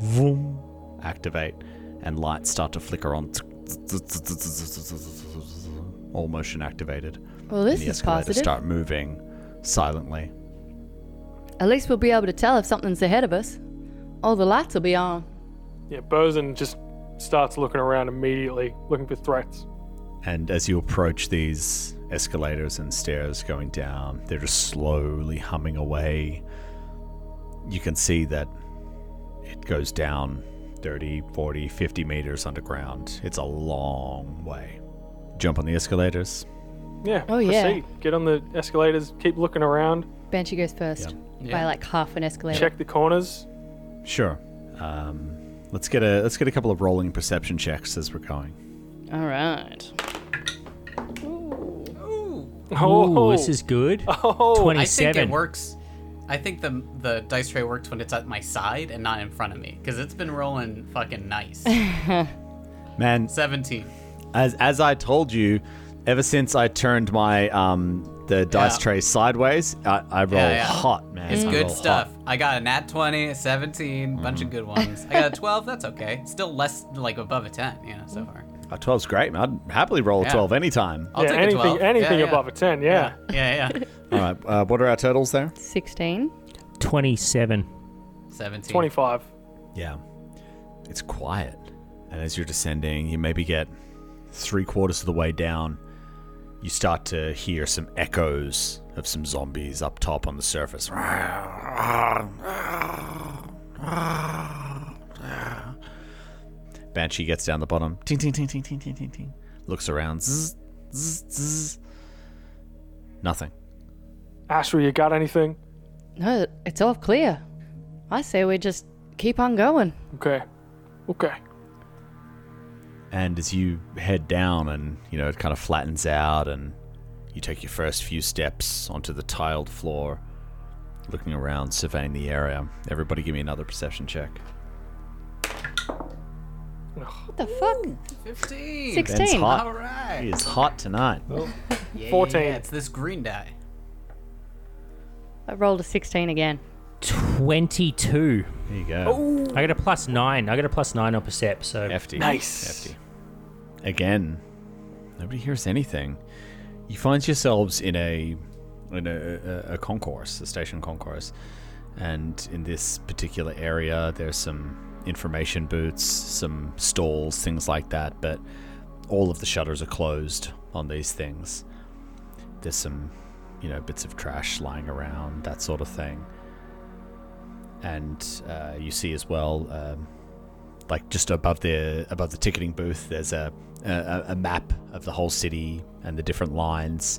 vroom, activate, and lights start to flicker on, all motion activated.
Well,
And
this
the
is
escalators
positive.
start moving silently.
At least we'll be able to tell if something's ahead of us. All the lights will be on.
Yeah, Bosun just starts looking around immediately, looking for threats.
And as you approach these escalators and stairs going down, they're just slowly humming away. You can see that it goes down 30, 40, 50 meters underground. It's a long way. Jump on the escalators.
Yeah.
Oh, yeah.
proceed. Get on the escalators. Keep looking around.
Banshee goes first by like half an escalator.
Check the corners.
Sure. Um, let's get a let's get a couple of rolling perception checks as we're going.
All right.
Oh,
Ooh, this is good.
oh.
I think it
Twenty-seven.
works. I think the the dice tray works when it's at my side and not in front of me, because it's been rolling fucking nice.
Man,
Seventeen.
as as I told you, ever since I turned my um the dice
Yeah.
tray sideways, I, I roll
yeah.
hot, man.
It's
I roll
good
hot.
stuff. I got a nat 20, a 17, bunch of good ones. I got a 12, that's okay. Still less, like, above a 10, you know, so far.
A 12's Uh, great, man. I'd happily roll a
Yeah. Oh.
12 anytime.
I'll
yeah,
take
anything,
a 12.
anything
yeah, yeah.
above a ten. Yeah.
Yeah, yeah.
All right, uh, what are our totals there?
16.
Twenty-seven.
17.
Twenty-five.
Yeah. It's quiet. And as you're descending, you maybe get three quarters of the way down. You start to hear some echoes of some zombies up top on the surface. Banshee gets down the bottom. Ting, ting, ting, ting, ting, ting, ting, ting. Looks around. Zzz, zzz, zzz. Nothing.
Ashra, you got anything?
No, it's all clear. I say we just keep on going.
Okay. Okay.
And as you head down and, you know, it kind of flattens out and you take your first few steps onto the tiled floor, looking around, surveying the area. Everybody give me another perception check.
What the fuck?
15.
16.
Ben's
All
hot. He
right.
is hot tonight.
Yeah,
14.
Yeah, it's this green die.
I rolled a 16 again.
Twenty-two.
There you go.
I got a plus nine. I got a plus nine on percept. So
Hefty.
Nice.
Hefty. Again, nobody hears anything. You find yourselves in a in a, a, a concourse, a station concourse, and in this particular area, there's some information booths, some stalls, things like that. But all of the shutters are closed on these things. There's some, you know, bits of trash lying around, that sort of thing. And uh, you see as well. Um, like just above the above the ticketing booth there's a a, a map of the whole city and the different lines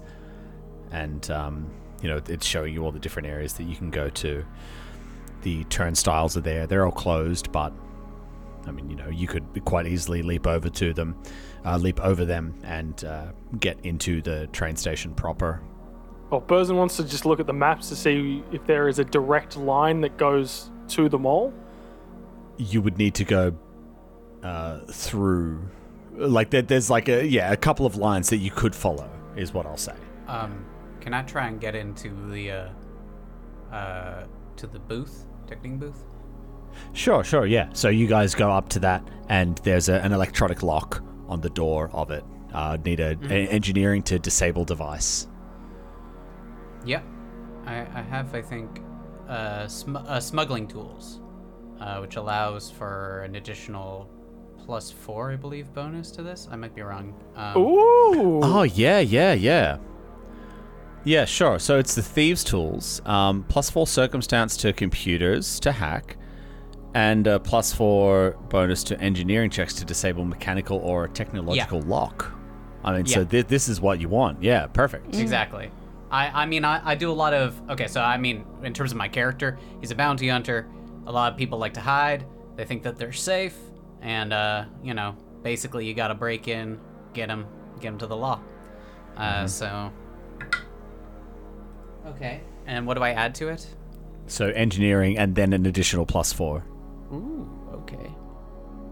and um, you know it's showing you all the different areas that you can go to the turnstiles are there they're all closed but I mean you know you could quite easily leap over to them uh, leap over them and uh, get into the train station proper
Well, Burzen wants to just look at the maps to see if there is a direct line that goes to the mall.
you would need to go uh, through like there, there's like a yeah a couple of lines that you could follow is what I'll say
Um, can I try and get into the, uh, uh, to the booth? Ticketing booth?
Sure, sure, yeah. So you guys go up to that, and there's a, an electronic lock on the door of it. Uh, need a, a- engineering to disable device.
Yeah. I, I have, I think, uh, sm- uh, smuggling tools, uh, which allows for an additional plus four, I believe, bonus to this. I might be wrong. Um,
Ooh.
Oh yeah, yeah, yeah, yeah. Sure. So it's the thieves' tools. Um, plus four circumstance to computers to hack, and a plus four bonus to engineering checks to disable mechanical or technological lock. I mean, so
Yeah. Mm.
thi- this is what you want. Yeah, perfect.
Exactly. I, I mean, I, I do a lot of. Okay, so I mean, in terms of my character, he's a bounty hunter. A lot of people like to hide. They think that they're safe. And, uh, you know, basically, you gotta break in, get him, get him to the law. Uh, so. Okay. And what do I add to it?
So engineering and then an additional plus four.
Ooh, okay.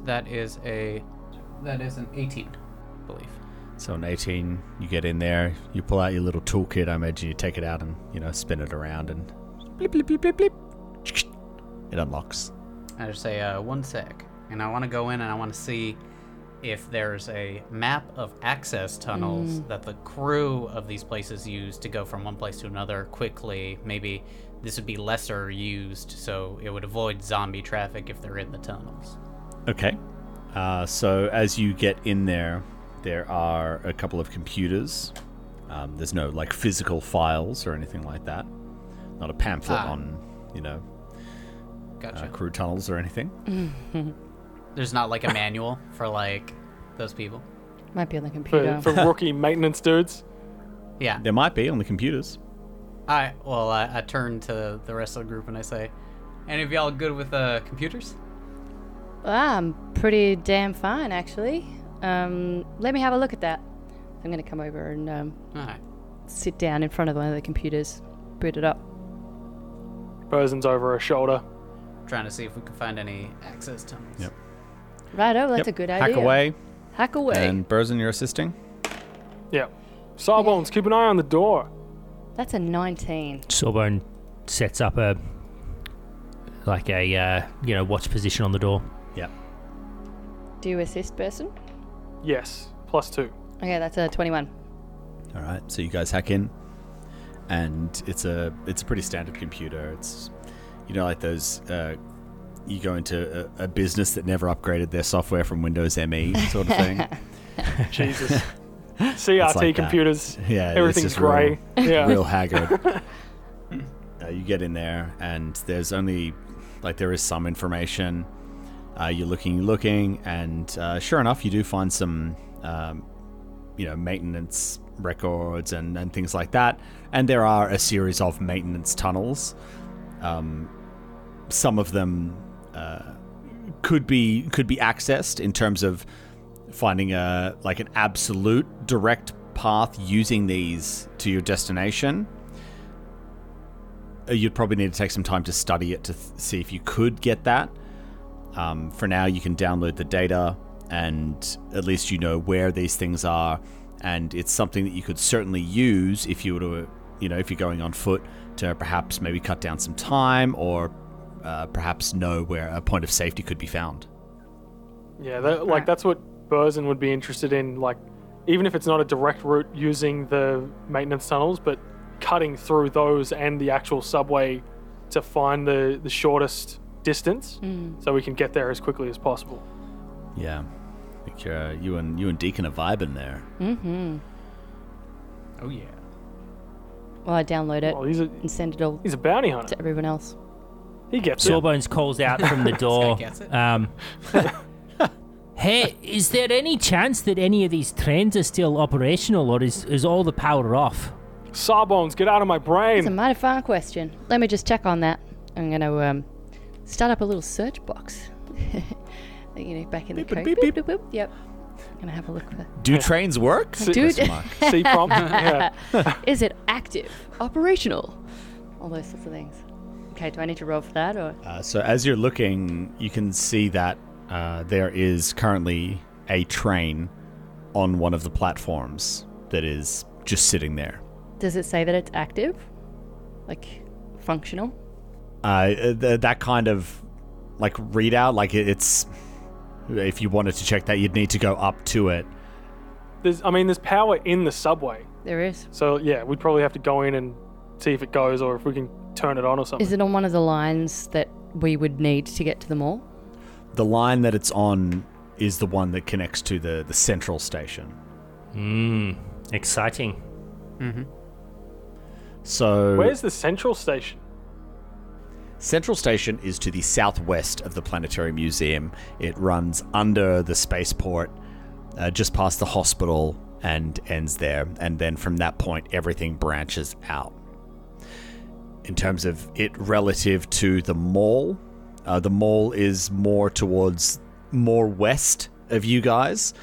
That is a that is an 18, I believe.
So an 18, you get in there, you pull out your little toolkit, I imagine you take it out and, you know, spin it around and blip, blip, blip, blip, blip. It unlocks.
I just say uh, one sec, and I want to go in and I want to see if there's a map of access tunnels that the crew of these places use to go from one place to another quickly. Maybe this would be lesser used, so it would avoid zombie traffic if they're in the tunnels.
Okay. Uh, so as you get in there, there are a couple of computers. Um, there's no like physical files or anything like that. Not a pamphlet
Ah.
on, you know, uh,
Gotcha.
crew tunnels or anything.
Mm.
There's not like a manual for like those people.
Might be on the computer.
for, for rookie maintenance dudes.
Yeah.
There might be on the computers.
I well, I, I turn to the rest of the group and I say, "Any of y'all good with uh, computers?"
I'm pretty damn fine, actually. Um, let me have a look at that. I'm gonna come over and um,
All right.
sit down in front of one of the computers, boot it up.
Bosun's over her shoulder.
Trying to see if we can find any access tunnels.
Yep.
Righto, oh, that's
Yep.
a good
Hack
idea.
away.
Hack away.
And Burzin, you're assisting?
Yeah. Sawbones, keep an eye on the door.
That's a 19.
Sawbone sets up a like a uh, you know watch position on the door.
Yep.
Do you assist person?
Yes, plus two.
Okay, that's a 21.
All right, so you guys hack in, and it's a it's a pretty standard computer. It's you know like those uh, you go into a, a business that never upgraded their software from Windows ME sort of thing.
Jesus. CRT
like that.
computers.
Yeah, it's
Everything's
just real-
grey. Yeah.
Real haggard. uh, you get in there, and there's only like there is some information. Uh, you're looking, looking, and uh, sure enough, you do find some, um, you know, maintenance records and, and things like that. And there are a series of maintenance tunnels. Um, some of them uh, could be could be accessed in terms of finding a like an absolute direct path using these to your destination uh, you'd probably need to take some time to study it to th- see if you could get that um, for now you can download the data and at least you know where these things are and it's something that you could certainly use if you were to you know if you're going on foot to perhaps maybe cut down some time or uh, perhaps know where a point of safety could be found
Yeah, that, like that's what Burzen would be interested in. Like, even if it's not a direct route using the maintenance tunnels, but cutting through those and the actual subway to find the, the shortest distance so we can get there as quickly as possible.
Yeah, I think uh, you and you and Deacon are vibing there.
Oh yeah.
Well, I download it
Well, Oh, he's a,
and send it all
he's a bounty hunter.
to everyone else.
He gets it.
Sawbones calls out from the door.
gets it.
um, hey, is there any chance that any of these trains are still operational, or is, is all the power off?
Sawbones, get out of my
It's a
brain.
mighty fine question. Let me just check on that. I'm gonna um, start up a little search box. you know, back in the code.
beep,
Boop, boop, boop. Yep. I'm gonna have a look. For...
Do trains work?
Do
Question
it-
mark.
See prompt. Yeah.
Is it active? Operational? All those sorts of things. Okay, do I need to roll for that or?
Uh, so as you're looking, you can see that uh, there is currently a train on one of the platforms that is just sitting there.
Does it say that it's active? Like functional?
Uh, th- that kind of like readout, like it, it's if you wanted to check that, you'd need to go up to it.
There's, I mean, there's power in the subway.
There is.
So, yeah, we'd probably have to go in and see if it goes or if we can turn it on or something.
Is it on one of the lines that we would need to get to the mall?
The line that it's on is the one that connects to the the central station.
Mmm, exciting.
So
Where's the central station?
Central Station is to the southwest of the Planetary Museum. It runs under the spaceport, uh, just past the hospital, and ends there. And then from that point, everything branches out. In terms of it relative to the mall, uh, the mall is more towards more west of you guys.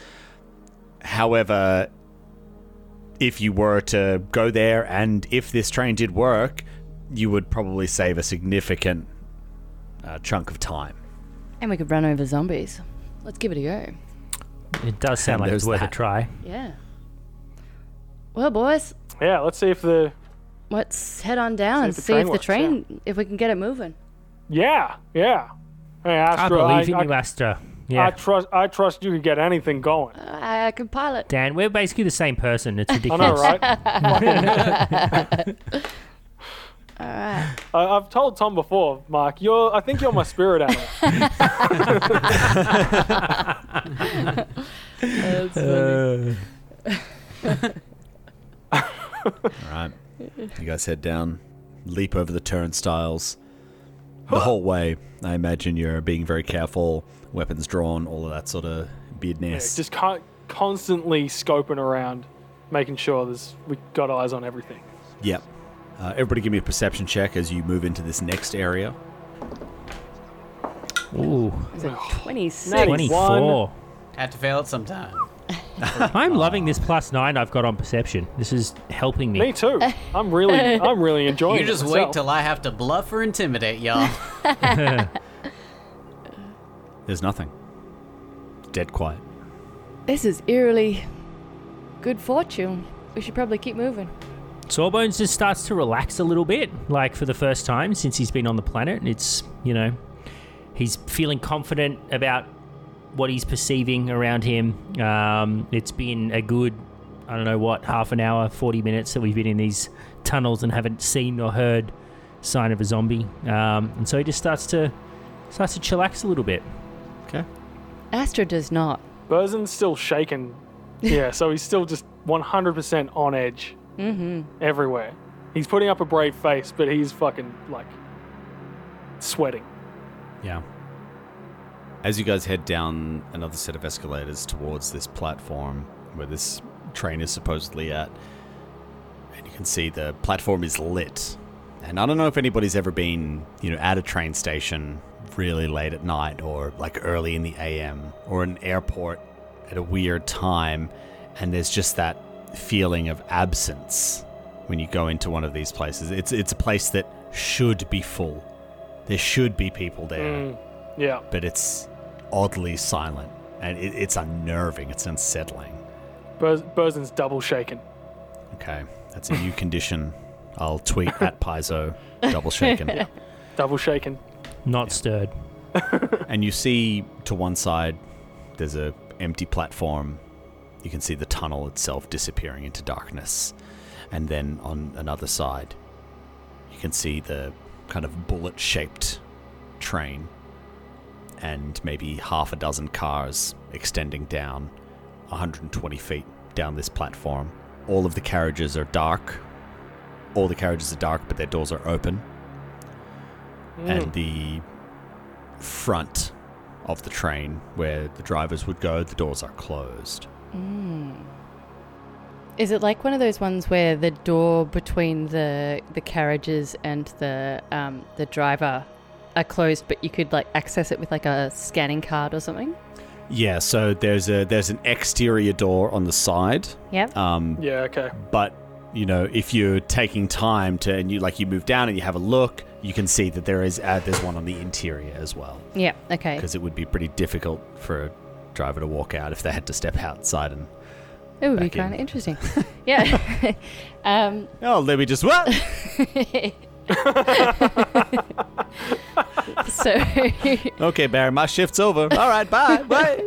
However, if you were to go there and if this train did work, you would probably save a significant uh, chunk of time.
And we could run over zombies. Let's give it a go.
It does sound like it's
there's
worth
that.
a try.
Yeah. Well, boys,
Yeah, let's see if the
let's head on down and
if the
see
train
if the
works,
train, if we can get it moving.
yeah, yeah. Hey,
I
Astro, I,
believe in
I-
you, Astra.
I
Yeah.
trust. I trust you can get anything going.
I, I can pilot.
Dan, we're basically the same person. It's
I
ridiculous.
know, right? I,
All right.
I've told Tom before, Mark. You're. I think you're my spirit animal.
All right. You guys head down, leap over the turnstiles. The whole way, I imagine you're being very careful, weapons drawn, all of that sort of
Yeah,
beardness.
just con- constantly scoping around, making sure there's we got eyes on everything.
Yep. Uh, everybody give me a perception check as you move into this next area.
Ooh,
It's a 26.
Nice.
24.
Had to fail it sometime.
I'm loving this plus nine I've got on perception. This is helping me.
Me too. I'm really. I'm really enjoying.
You just
it
wait
myself.
till I have to bluff or intimidate y'all.
There's nothing. Dead quiet.
This is eerily good fortune. We should probably keep moving.
Sawbones just starts to relax a little bit, like for the first time since he's been on the planet. And it's, you know, he's feeling confident about what he's perceiving around him. Um, it's been a good, I don't know what, half an hour, 40 minutes that we've been in these tunnels and haven't seen or heard sign of a zombie. Um, and so he just starts to starts to chillax a little bit.
Okay.
Astra does not.
Burzen's still shaking. Yeah, so he's still just 100% on edge. Mm-hmm. Everywhere. He's putting up a brave face, but he's fucking like sweating.
Yeah. As you guys head down another set of escalators towards this platform where this train is supposedly at, and you can see the platform is lit. And I don't know if anybody's ever been, you know, at a train station really late at night or like early in the AM or an airport at a weird time, and there's just that feeling of absence when you go into one of these places. It's it's a place that should be full. There should be people there
Mm, yeah.
but it's oddly silent and it, it's unnerving. It's unsettling.
Bur- Burzen's double shaking.
Okay, that's a new condition. I'll tweet at Paizo, double shaken.
Double shaking.
Not stirred.
and you see to one side, there's a empty platform. You can see the tunnel itself disappearing into darkness, and then on another side, you can see the kind of bullet-shaped train and maybe half a dozen cars extending down 120 feet down this platform. All of the carriages are dark. All the carriages are dark, but their doors are open.
Mm.
Mm.
And the front of the train, where the drivers would go, the doors are closed.
Mm. Is it like one of those ones where the door between the the carriages and the um, the driver are closed, but you could like access it with like a scanning card or something?
Yeah, so there's a there's an exterior door on the side.
Yep.
Um,
Yeah, okay.
but you know if you're taking time to and you like you move down and you have a look you can see that there is uh, there's one on the interior as well
yeah. Okay.
because it would be pretty difficult for a driver to walk out if they had to step outside and
It would be
back in.
kind of interesting. yeah. um,
oh let me just what
so
okay barry my shift's over all right bye bye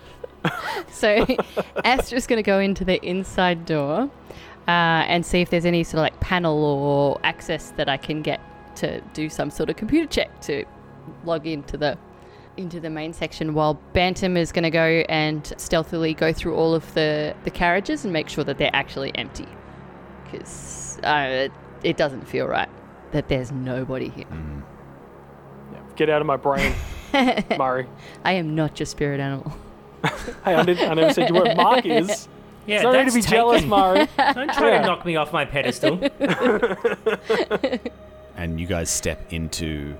so Astra's going to go into the inside door uh, and see if there's any sort of like panel or access that I can get to do some sort of computer check to log into the into the main section while Bantam is going to go and stealthily go through all of the the carriages and make sure that they're actually empty because uh, it, it doesn't feel right that there's nobody here.
Mm.
Yeah. Get out of my brain, Murray.
I am not your spirit animal.
Hey, I, didn't, I never said you were. Mark is.
Yeah,
Sorry to
that's
be jealous,
taken.
Murray.
Don't try
Yeah.
to knock me off my pedestal.
and you guys step into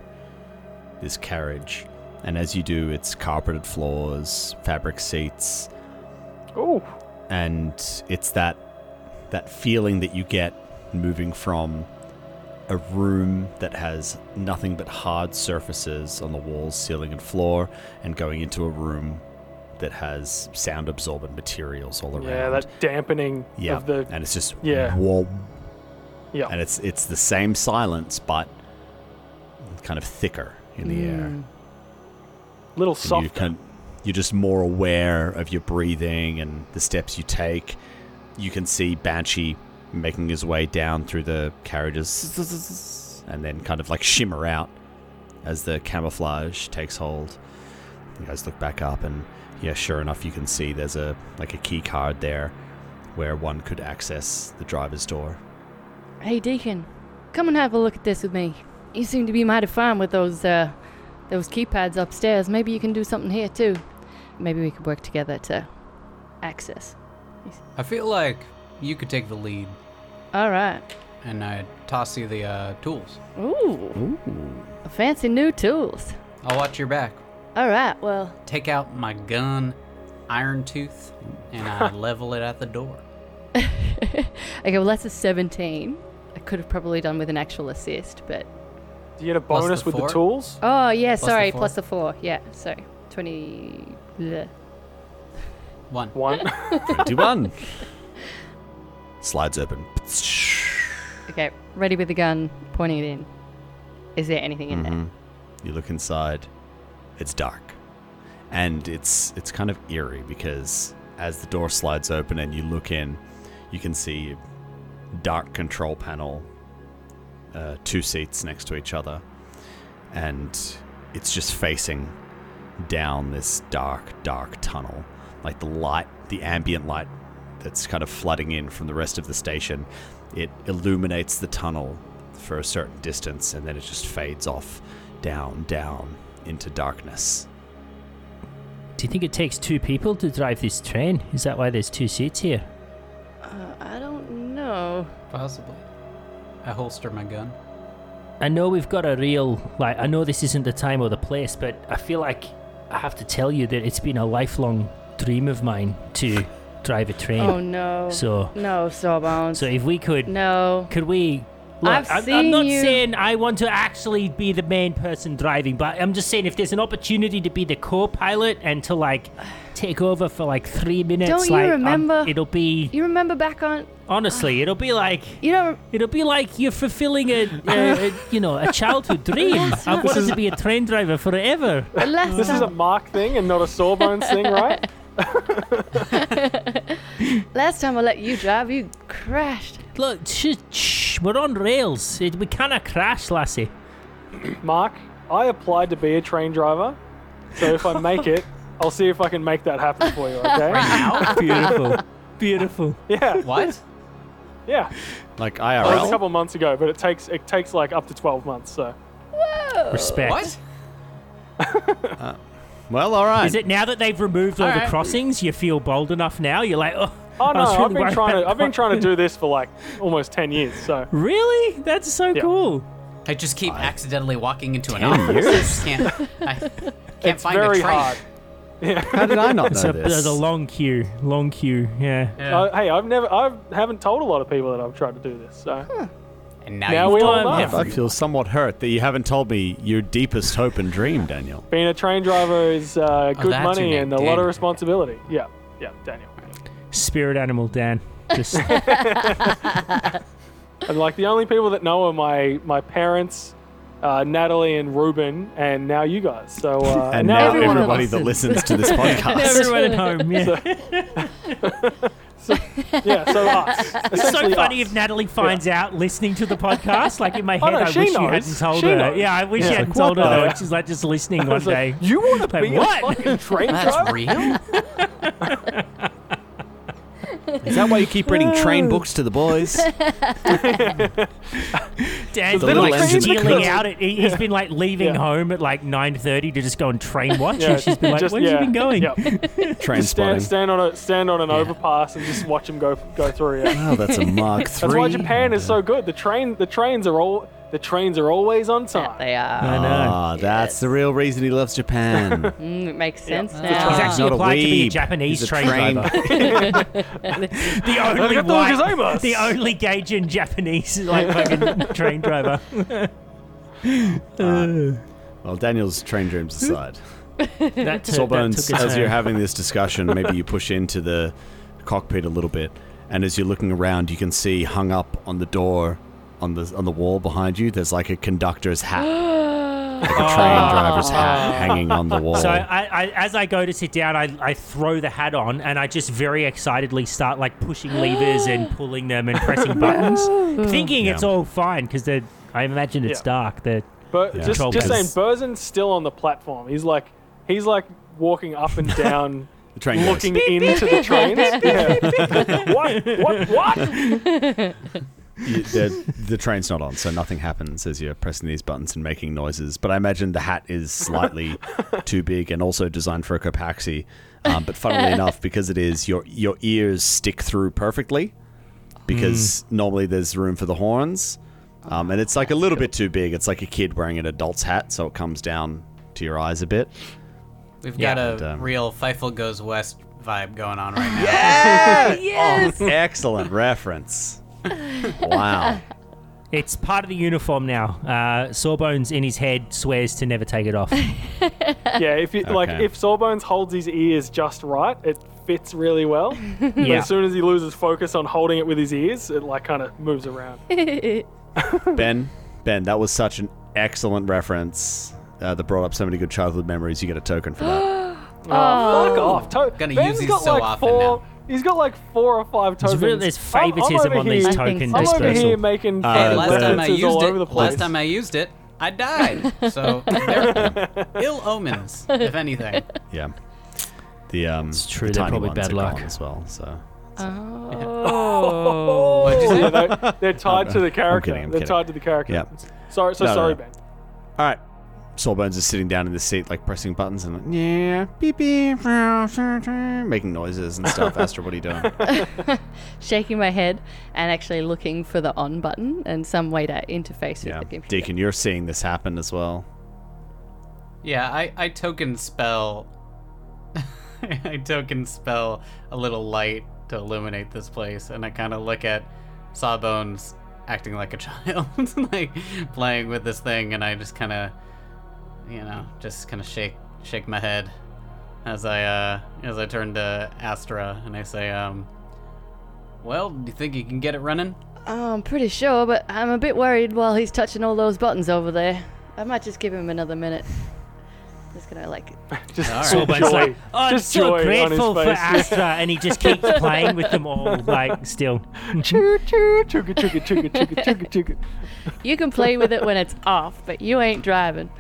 this carriage and as you do it's carpeted floors fabric seats
Ooh.
and it's that that feeling that you get moving from a room that has nothing but hard surfaces on the walls, ceiling, and floor, and going into a room that has sound absorbent materials all around.
Yeah, that dampening
Yeah,
of the
and it's just
yeah.
whoa,
yeah.
and it's it's the same silence, but kind of thicker in the
Mm.
air.
little
And
softer.
you can, you're just more aware of your breathing and the steps you take. You can see Banshee making his way down through the carriages and then kind of like shimmer out as the camouflage takes hold. You guys look back up and yeah, sure enough, you can see there's a like a key card there where one could access the driver's door.
Hey, Deacon, come and have a look at this with me. You seem to be mighty fine with those uh, those keypads upstairs. Maybe you can do something here too. Maybe we could work together to access.
I feel like you could take the lead,
All right.
and I toss you the uh, tools.
Ooh, fancy new tools.
I'll watch your back.
All right. Well,
Take out my gun, Iron Tooth, and I level it at the door.
okay. Well, that's a 17. I could have probably done with an actual assist, but
Do you get a
Plus the
bonus with
four?
the tools?
oh yeah,
Plus the
sorry,
four.
plus the four. Yeah, sorry, 20. bleh.
One.
One.
21. Slides open.
Okay, ready with the gun, pointing it in. Is there anything in there?
Mm-hmm. You look inside. It's dark. And it's it's kind of eerie because as the door slides open and you look in, you can see dark control panel, uh, two seats next to each other, and it's just facing down this dark, dark tunnel. Like the light, the ambient light that's kind of flooding in from the rest of the station, it illuminates the tunnel for a certain distance and then it just fades off down, down into darkness.
Do you think it takes two people to drive this train? Is that why there's two seats here?
Uh,
Mm-hmm.
I don't know.
Possibly. I holster my gun.
I know we've got a real like I know this isn't the time or the place, but I feel like I have to tell you that it's been a lifelong dream of mine to drive a train.
Oh no.
So
no, Sawbones.
so if we could
no.
could we
I've
I'm, I'm
seen
not
you-
saying I want to actually be the main person driving, but I'm just saying if there's an opportunity to be the co-pilot and to like take over for like three minutes,
Don't you
like, um,
remember-
it'll be
You remember back on?
honestly, it'll be like
You know,
It'll be like you're fulfilling a, a, a you know a childhood dream. I wanted to be a train driver forever.
the last
this is a
time,
mock thing and not a sawbones thing, right?
last time I let you drive, you crashed.
Look, shh, shh, we're on rails. It, we cannot crash, lassie.
Mark, I applied to be a train driver, so if I make it, I'll see if I can make that happen for you. Okay?
Now?
Beautiful, beautiful.
yeah,
what?
yeah.
Like
Oh,
That was a
IRL.
couple months ago, but it takes it takes like up to twelve months. So
Respect.
What?
Well, all right.
Is it now that they've removed all, the
Alright.
crossings? You feel bold enough now? You're like, oh,
oh
I
no,
was really
I've been
worried
trying to
about
I've been
that."
trying to do this for like almost ten years. So
Really? That's so
Yeah.
cool.
I just keep accidentally walking into an
Ten
office. I
years?
just can't. I can't
it's
find
very
a train.
hard.
How did I not
It's
know
a, there's
this?
a long queue, long queue. Yeah.
Yeah.
Uh, hey, I've never I haven't told a lot of people that I've tried to do this. So
and now,
now
you've
we
done
all
done
know.
it.
I feel somewhat hurt that you haven't told me your deepest hope and dream, Daniel.
Being a train driver is uh, good
Oh, that's your
money
name,
and a lot
Daniel.
of responsibility. Yeah, yeah, Daniel.
Spirit animal, Dan. Just
And like the only people that know are my my parents, uh, Natalie and Ruben, and now you guys. So uh,
And now
everyone
everybody that
listens.
listens to this podcast.
everyone at home. Yeah.
yeah, so us.
It's so
Essentially
funny
us. Oh,
if Natalie finds out listening to the podcast. Like in my head,
no,
I wish
she
you
knows.
hadn't told
She
her.
knows.
Yeah, I wish you
Yeah.
hadn't
Like,
told
what
her.
the-
though. She's like just listening one
It's like,
day.
you want to
Like,
be
what?
a fucking train
That's
driver?
real.
Is that why you keep reading train books to the boys?
Dan's
The
been
little
like
engine
stealing
because-
out. At, he, has been like leaving
Yeah.
home at like nine thirty to just go and train watch. and she's been like,
just-
"Where's
yeah,
you been going?"
yeah.
train
Stand,
spotting.
stand on a stand on an overpass and just watch them go go through. Yeah.
Oh, that's a Mark Three.
That's why Japan is so good. The train the trains are all The trains are always on
Yeah,
time.
they um, are.
I know.
Ah, that's
Yes.
the real reason he loves Japan.
Mm, it makes sense
He's
now.
actually
Ah. Not a
applied to be a
weeb.
Japanese
He's a
train,
train.
driver. the only
Arigato
white-
gozaimasu.
the only Gaijin Japanese like fucking train driver.
well, Daniel's train dreams aside.
That took,
Sawbones,
that took a
as you're
turn.
having this discussion, maybe you push into the cockpit a little bit, and as you're looking around, you can see hung up on the door, on the on the wall behind you. There's like a conductor's hat, like a train driver's hat, hanging on the wall.
Ah. So uh, I, I, as I go to sit down, I, I throw the hat on and I just very excitedly start like pushing levers and pulling them and pressing buttons, thinking it's
Yeah.
all fine because I imagine it's
Yeah.
dark. They're
But
Yeah.
just,
Control
just saying,
panels.
Burzen's still on the platform. He's like, he's like walking up and down,
the train goes.
looking into the trains. Yeah. what? What? What?
You- the, the train's not on, so nothing happens as you're pressing these buttons and making noises. But I imagine the hat is slightly too big and also designed for a copaxi. Um, but funnily enough, because it is, your your ears stick through perfectly because normally there's room for the horns. Um, and it's like a little bit too big. It's like a kid wearing an adult's hat, so it comes down to your eyes a bit.
We've
Yeah,
got a
and, um,
real Feifel Goes West vibe going on right now.
Yes! Oh, Excellent reference. Wow.
It's part of the uniform now. Uh, Sawbones in his head swears to never take it off.
Yeah. If you, like,
Okay.
if Sawbones holds his ears just right, it fits really well. But
yeah.
as soon as he loses focus on holding it with his ears, it like kind of moves around.
Ben, Ben, that was such an excellent reference uh, that brought up so many good childhood memories. You get a token for that.
Oh, fuck off. To-
Gonna
Ben's
use these
got
so
like
often
four,
now.
He's got like four or five
There's,
tokens.
real, there's
I'm- I'm
favoritism
over
on these
here-
I think
token
so.
I'm over
dispersal. Uh,
here making
Hey,
Hey,
fucking
last time I
references
used
all
it,
over the place.
last time I used it, I died. So there ill omens, if anything.
Yeah. The um, it's
true,
The
they're
tiny
probably
ones
bad
are
luck.
gone as well. So
Oh.
What'd you say?
Yeah, they're, they're tied to the character.
kidding, I'm
they're
kidding.
tied to the character.
yeah.
Sorry, so
No, no,
sorry,
no.
Ben.
All right. Sawbones is sitting down in the seat, like pressing buttons and like, yeah, beep beep, making noises and stuff. Astra, what are you doing?
Shaking my head and actually looking for the on button and some way to interface
Yeah.
with the computer.
Deacon, you're seeing this happen as well.
Yeah, I, I token spell. I token spell a little light to illuminate this place, and I kind of look at Sawbones acting like a child, like playing with this thing, and I just kind of, you know, just kind of shake shake my head as I uh, as I turn to Astra and I say, um, "Well, do you think you can get it running?"
Oh, I'm pretty sure, but I'm a bit worried while he's touching all those buttons over there. I might just give him another minute. Just gonna like.
Just
All right.
joy.
Sawbones like, oh, I'm
just
so
joy
grateful for
on his face.
Astra, and he just keeps playing with them all, like still.
choo choo chugga chugga chugga chugga chugga chugga.
You can play with it when it's off, but you ain't driving.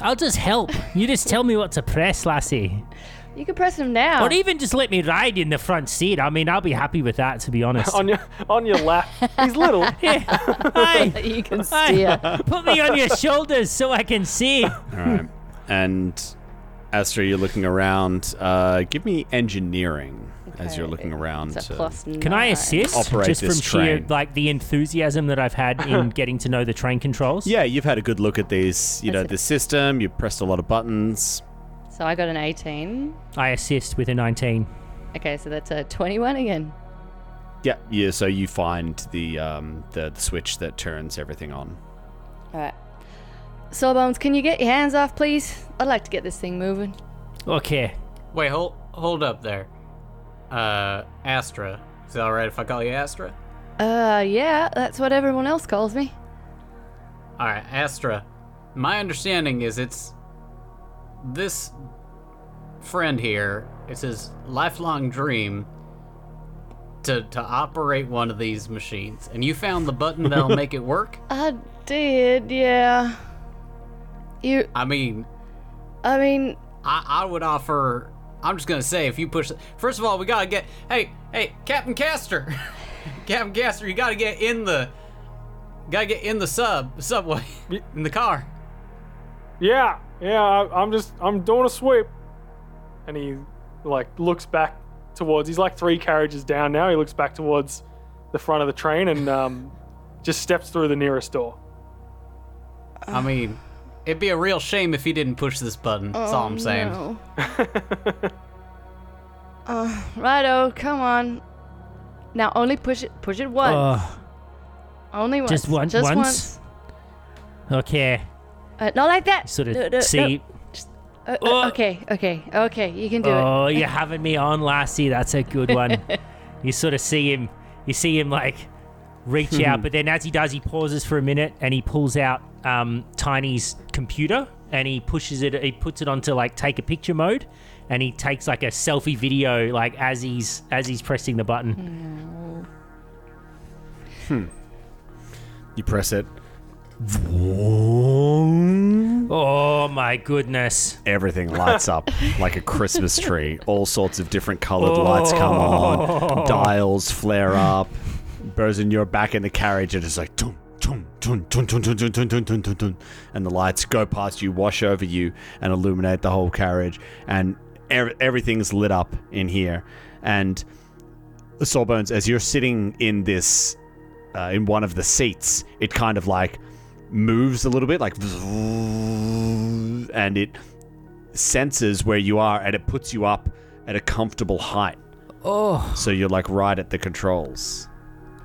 I'll just help. You just tell me what to press, lassie.
You can press him now.
Or even just let me ride in the front seat. I mean, I'll be happy with that, to be honest.
On your on your lap. He's little.
Hey,
you can
Aye.
steer.
put me on your shoulders so I can see.
All right. and Astra, you're looking around. Uh, give me engineering as you're looking around.
It's a
to-
plus
Can I assist?
Operate
just
this
from sheer
train.
like the enthusiasm that I've had in getting to know the train controls.
Yeah, you've had a good look at these, you know,
That's it.
the system. You pressed a lot of buttons.
So I got an 18.
I assist with a 19.
Okay, so that's a 21 again.
Yeah, yeah. So you find the um, the, the switch that turns everything on.
All right. Sawbones, can you get your hands off, please? I'd like to get this thing moving.
Okay.
Wait, hold hold up there. Uh, Astra, is it all right if I call you Astra?
Uh, yeah, that's what everyone else calls me.
All right, Astra. My understanding is it's this friend here. It's his lifelong dream to to operate one of these machines, and you found the button that'll make it work.
I did, yeah. You,
I mean,
I mean,
I, I would offer. I'm just gonna say, if you push, first of all, we gotta get. Hey, hey, Captain Caster, Captain Caster, you gotta get in the, gotta get in the sub subway in the car.
Yeah, yeah. I, I'm just I'm doing a sweep, and he like looks back towards. He's like three carriages down now. He looks back towards the front of the train and um, just steps through the nearest door.
I mean, it'd be a real shame if he didn't push this button. That's all I'm saying.
oh, No. uh, righto, come on. Now only push it. Push it once.
Oh,
only once.
just one-
Just
once?
once.
okay.
Uh, not like that.
Sort of
No, no, no.
see.
Uh, uh,
Oh.
Okay, okay, okay. You can do it.
Oh, you're having me on, Lassie. That's a good one. you sort of see him. You see him like reach
Hmm.
out, but then as he does, he pauses for a minute and he pulls out um, Tiny's computer and he pushes it. He puts it onto like take a picture mode, and he takes like a selfie video like as he's as he's pressing the button.
Hmm.
You press it.
Oh my goodness!
Everything lights up like a Christmas tree. All sorts of different colored lights come on. Dials flare up. Burzin, you're back in the carriage and it's like tum, tum, tum, tum, tum, tum, tum, tum, tum, tum, tum, tum. And the lights go past you, wash over you, and illuminate the whole carriage. And er- everything's lit up in here. And Sawbones, as you're sitting in this uh, in one of the seats, it kind of like moves a little bit, like, and it senses where you are and it puts you up at a comfortable height.
Oh,
So you're like right at the controls.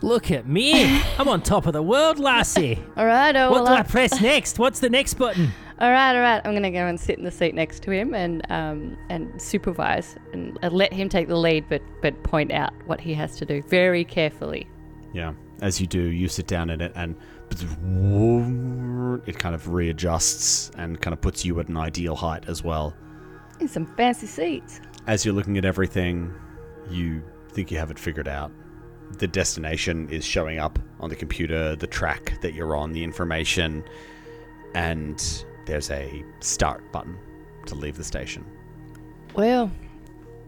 look at me! I'm on top of the world, Lassie.
All right, oh, well,
What do I
I-
press next? What's the next button?
all right, all right. I'm gonna go and sit in the seat next to him and um and supervise and uh, let him take the lead, but but point out what he has to do very carefully.
Yeah. As you do, you sit down in it and it kind of readjusts and kind of puts you at an ideal height as well.
In some fancy seats.
As you're looking at everything, you think you have it figured out. The destination is showing up on the computer, the track that you're on, the information, and there's a start button to leave the station.
Well,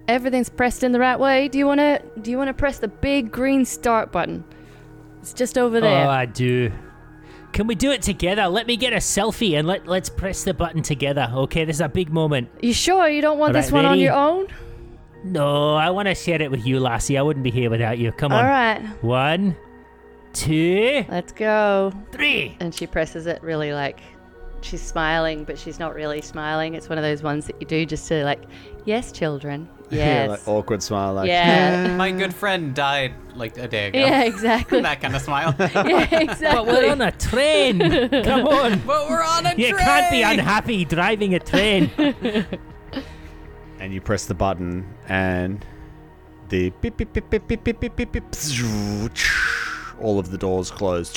everything's pressed in the right way. Do you wanna do you wanna press the big green start button? It's just over there.
Oh, I do. Can we do it together? Let me get a selfie and let let's press the button together. Okay, this is a big moment.
you sure you don't want
All
this
right,
one on
ready?
your own?
No, I want to share it with you, Lassie. I wouldn't be here without you. Come on.
All right,
One, two,
let's go.
three.
and she presses it really like she's smiling but she's not really smiling it's one of those ones that you do just to like yes children
Yeah,
yes
like awkward smile, like
yeah
My good friend died like a day ago.
yeah exactly
that kind of smile.
yeah
But we're
exactly
on a train. Come on.
but we're on a
You
train.
can't be unhappy driving a train.
and you press the button, and the beep beep beep beep beep beep beep beep beep. All of the doors close,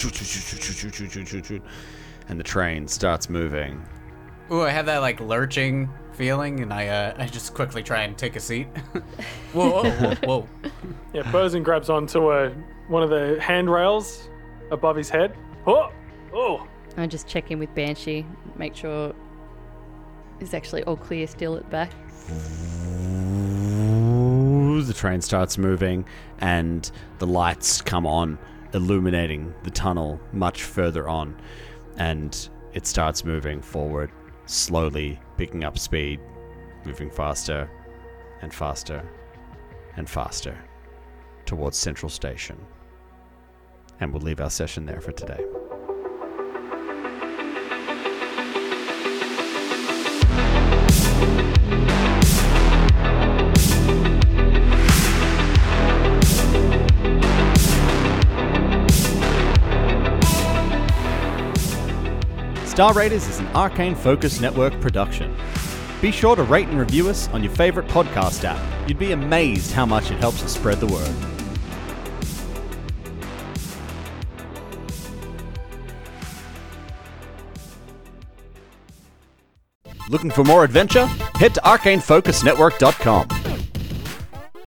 and the train starts moving.
Ooh, I have that like lurching feeling, and I uh, I just quickly try and take a seat. whoa, whoa, whoa, whoa.
Yeah, Bosun grabs onto a, one of the handrails above his head. Oh, oh,
i just check in with banshee make sure it's actually all clear still at the back
The train starts moving, and the lights come on, illuminating the tunnel much further on. And it starts moving forward, slowly picking up speed, moving faster and faster and faster towards Central Station. And we'll leave our session there for today. Star Raiders is an Arcane Focus Network production. Be sure to rate and review us on your favorite podcast app. You'd be amazed how much it helps us spread the word. Looking for more adventure? Head to arcanefocusnetwork.com.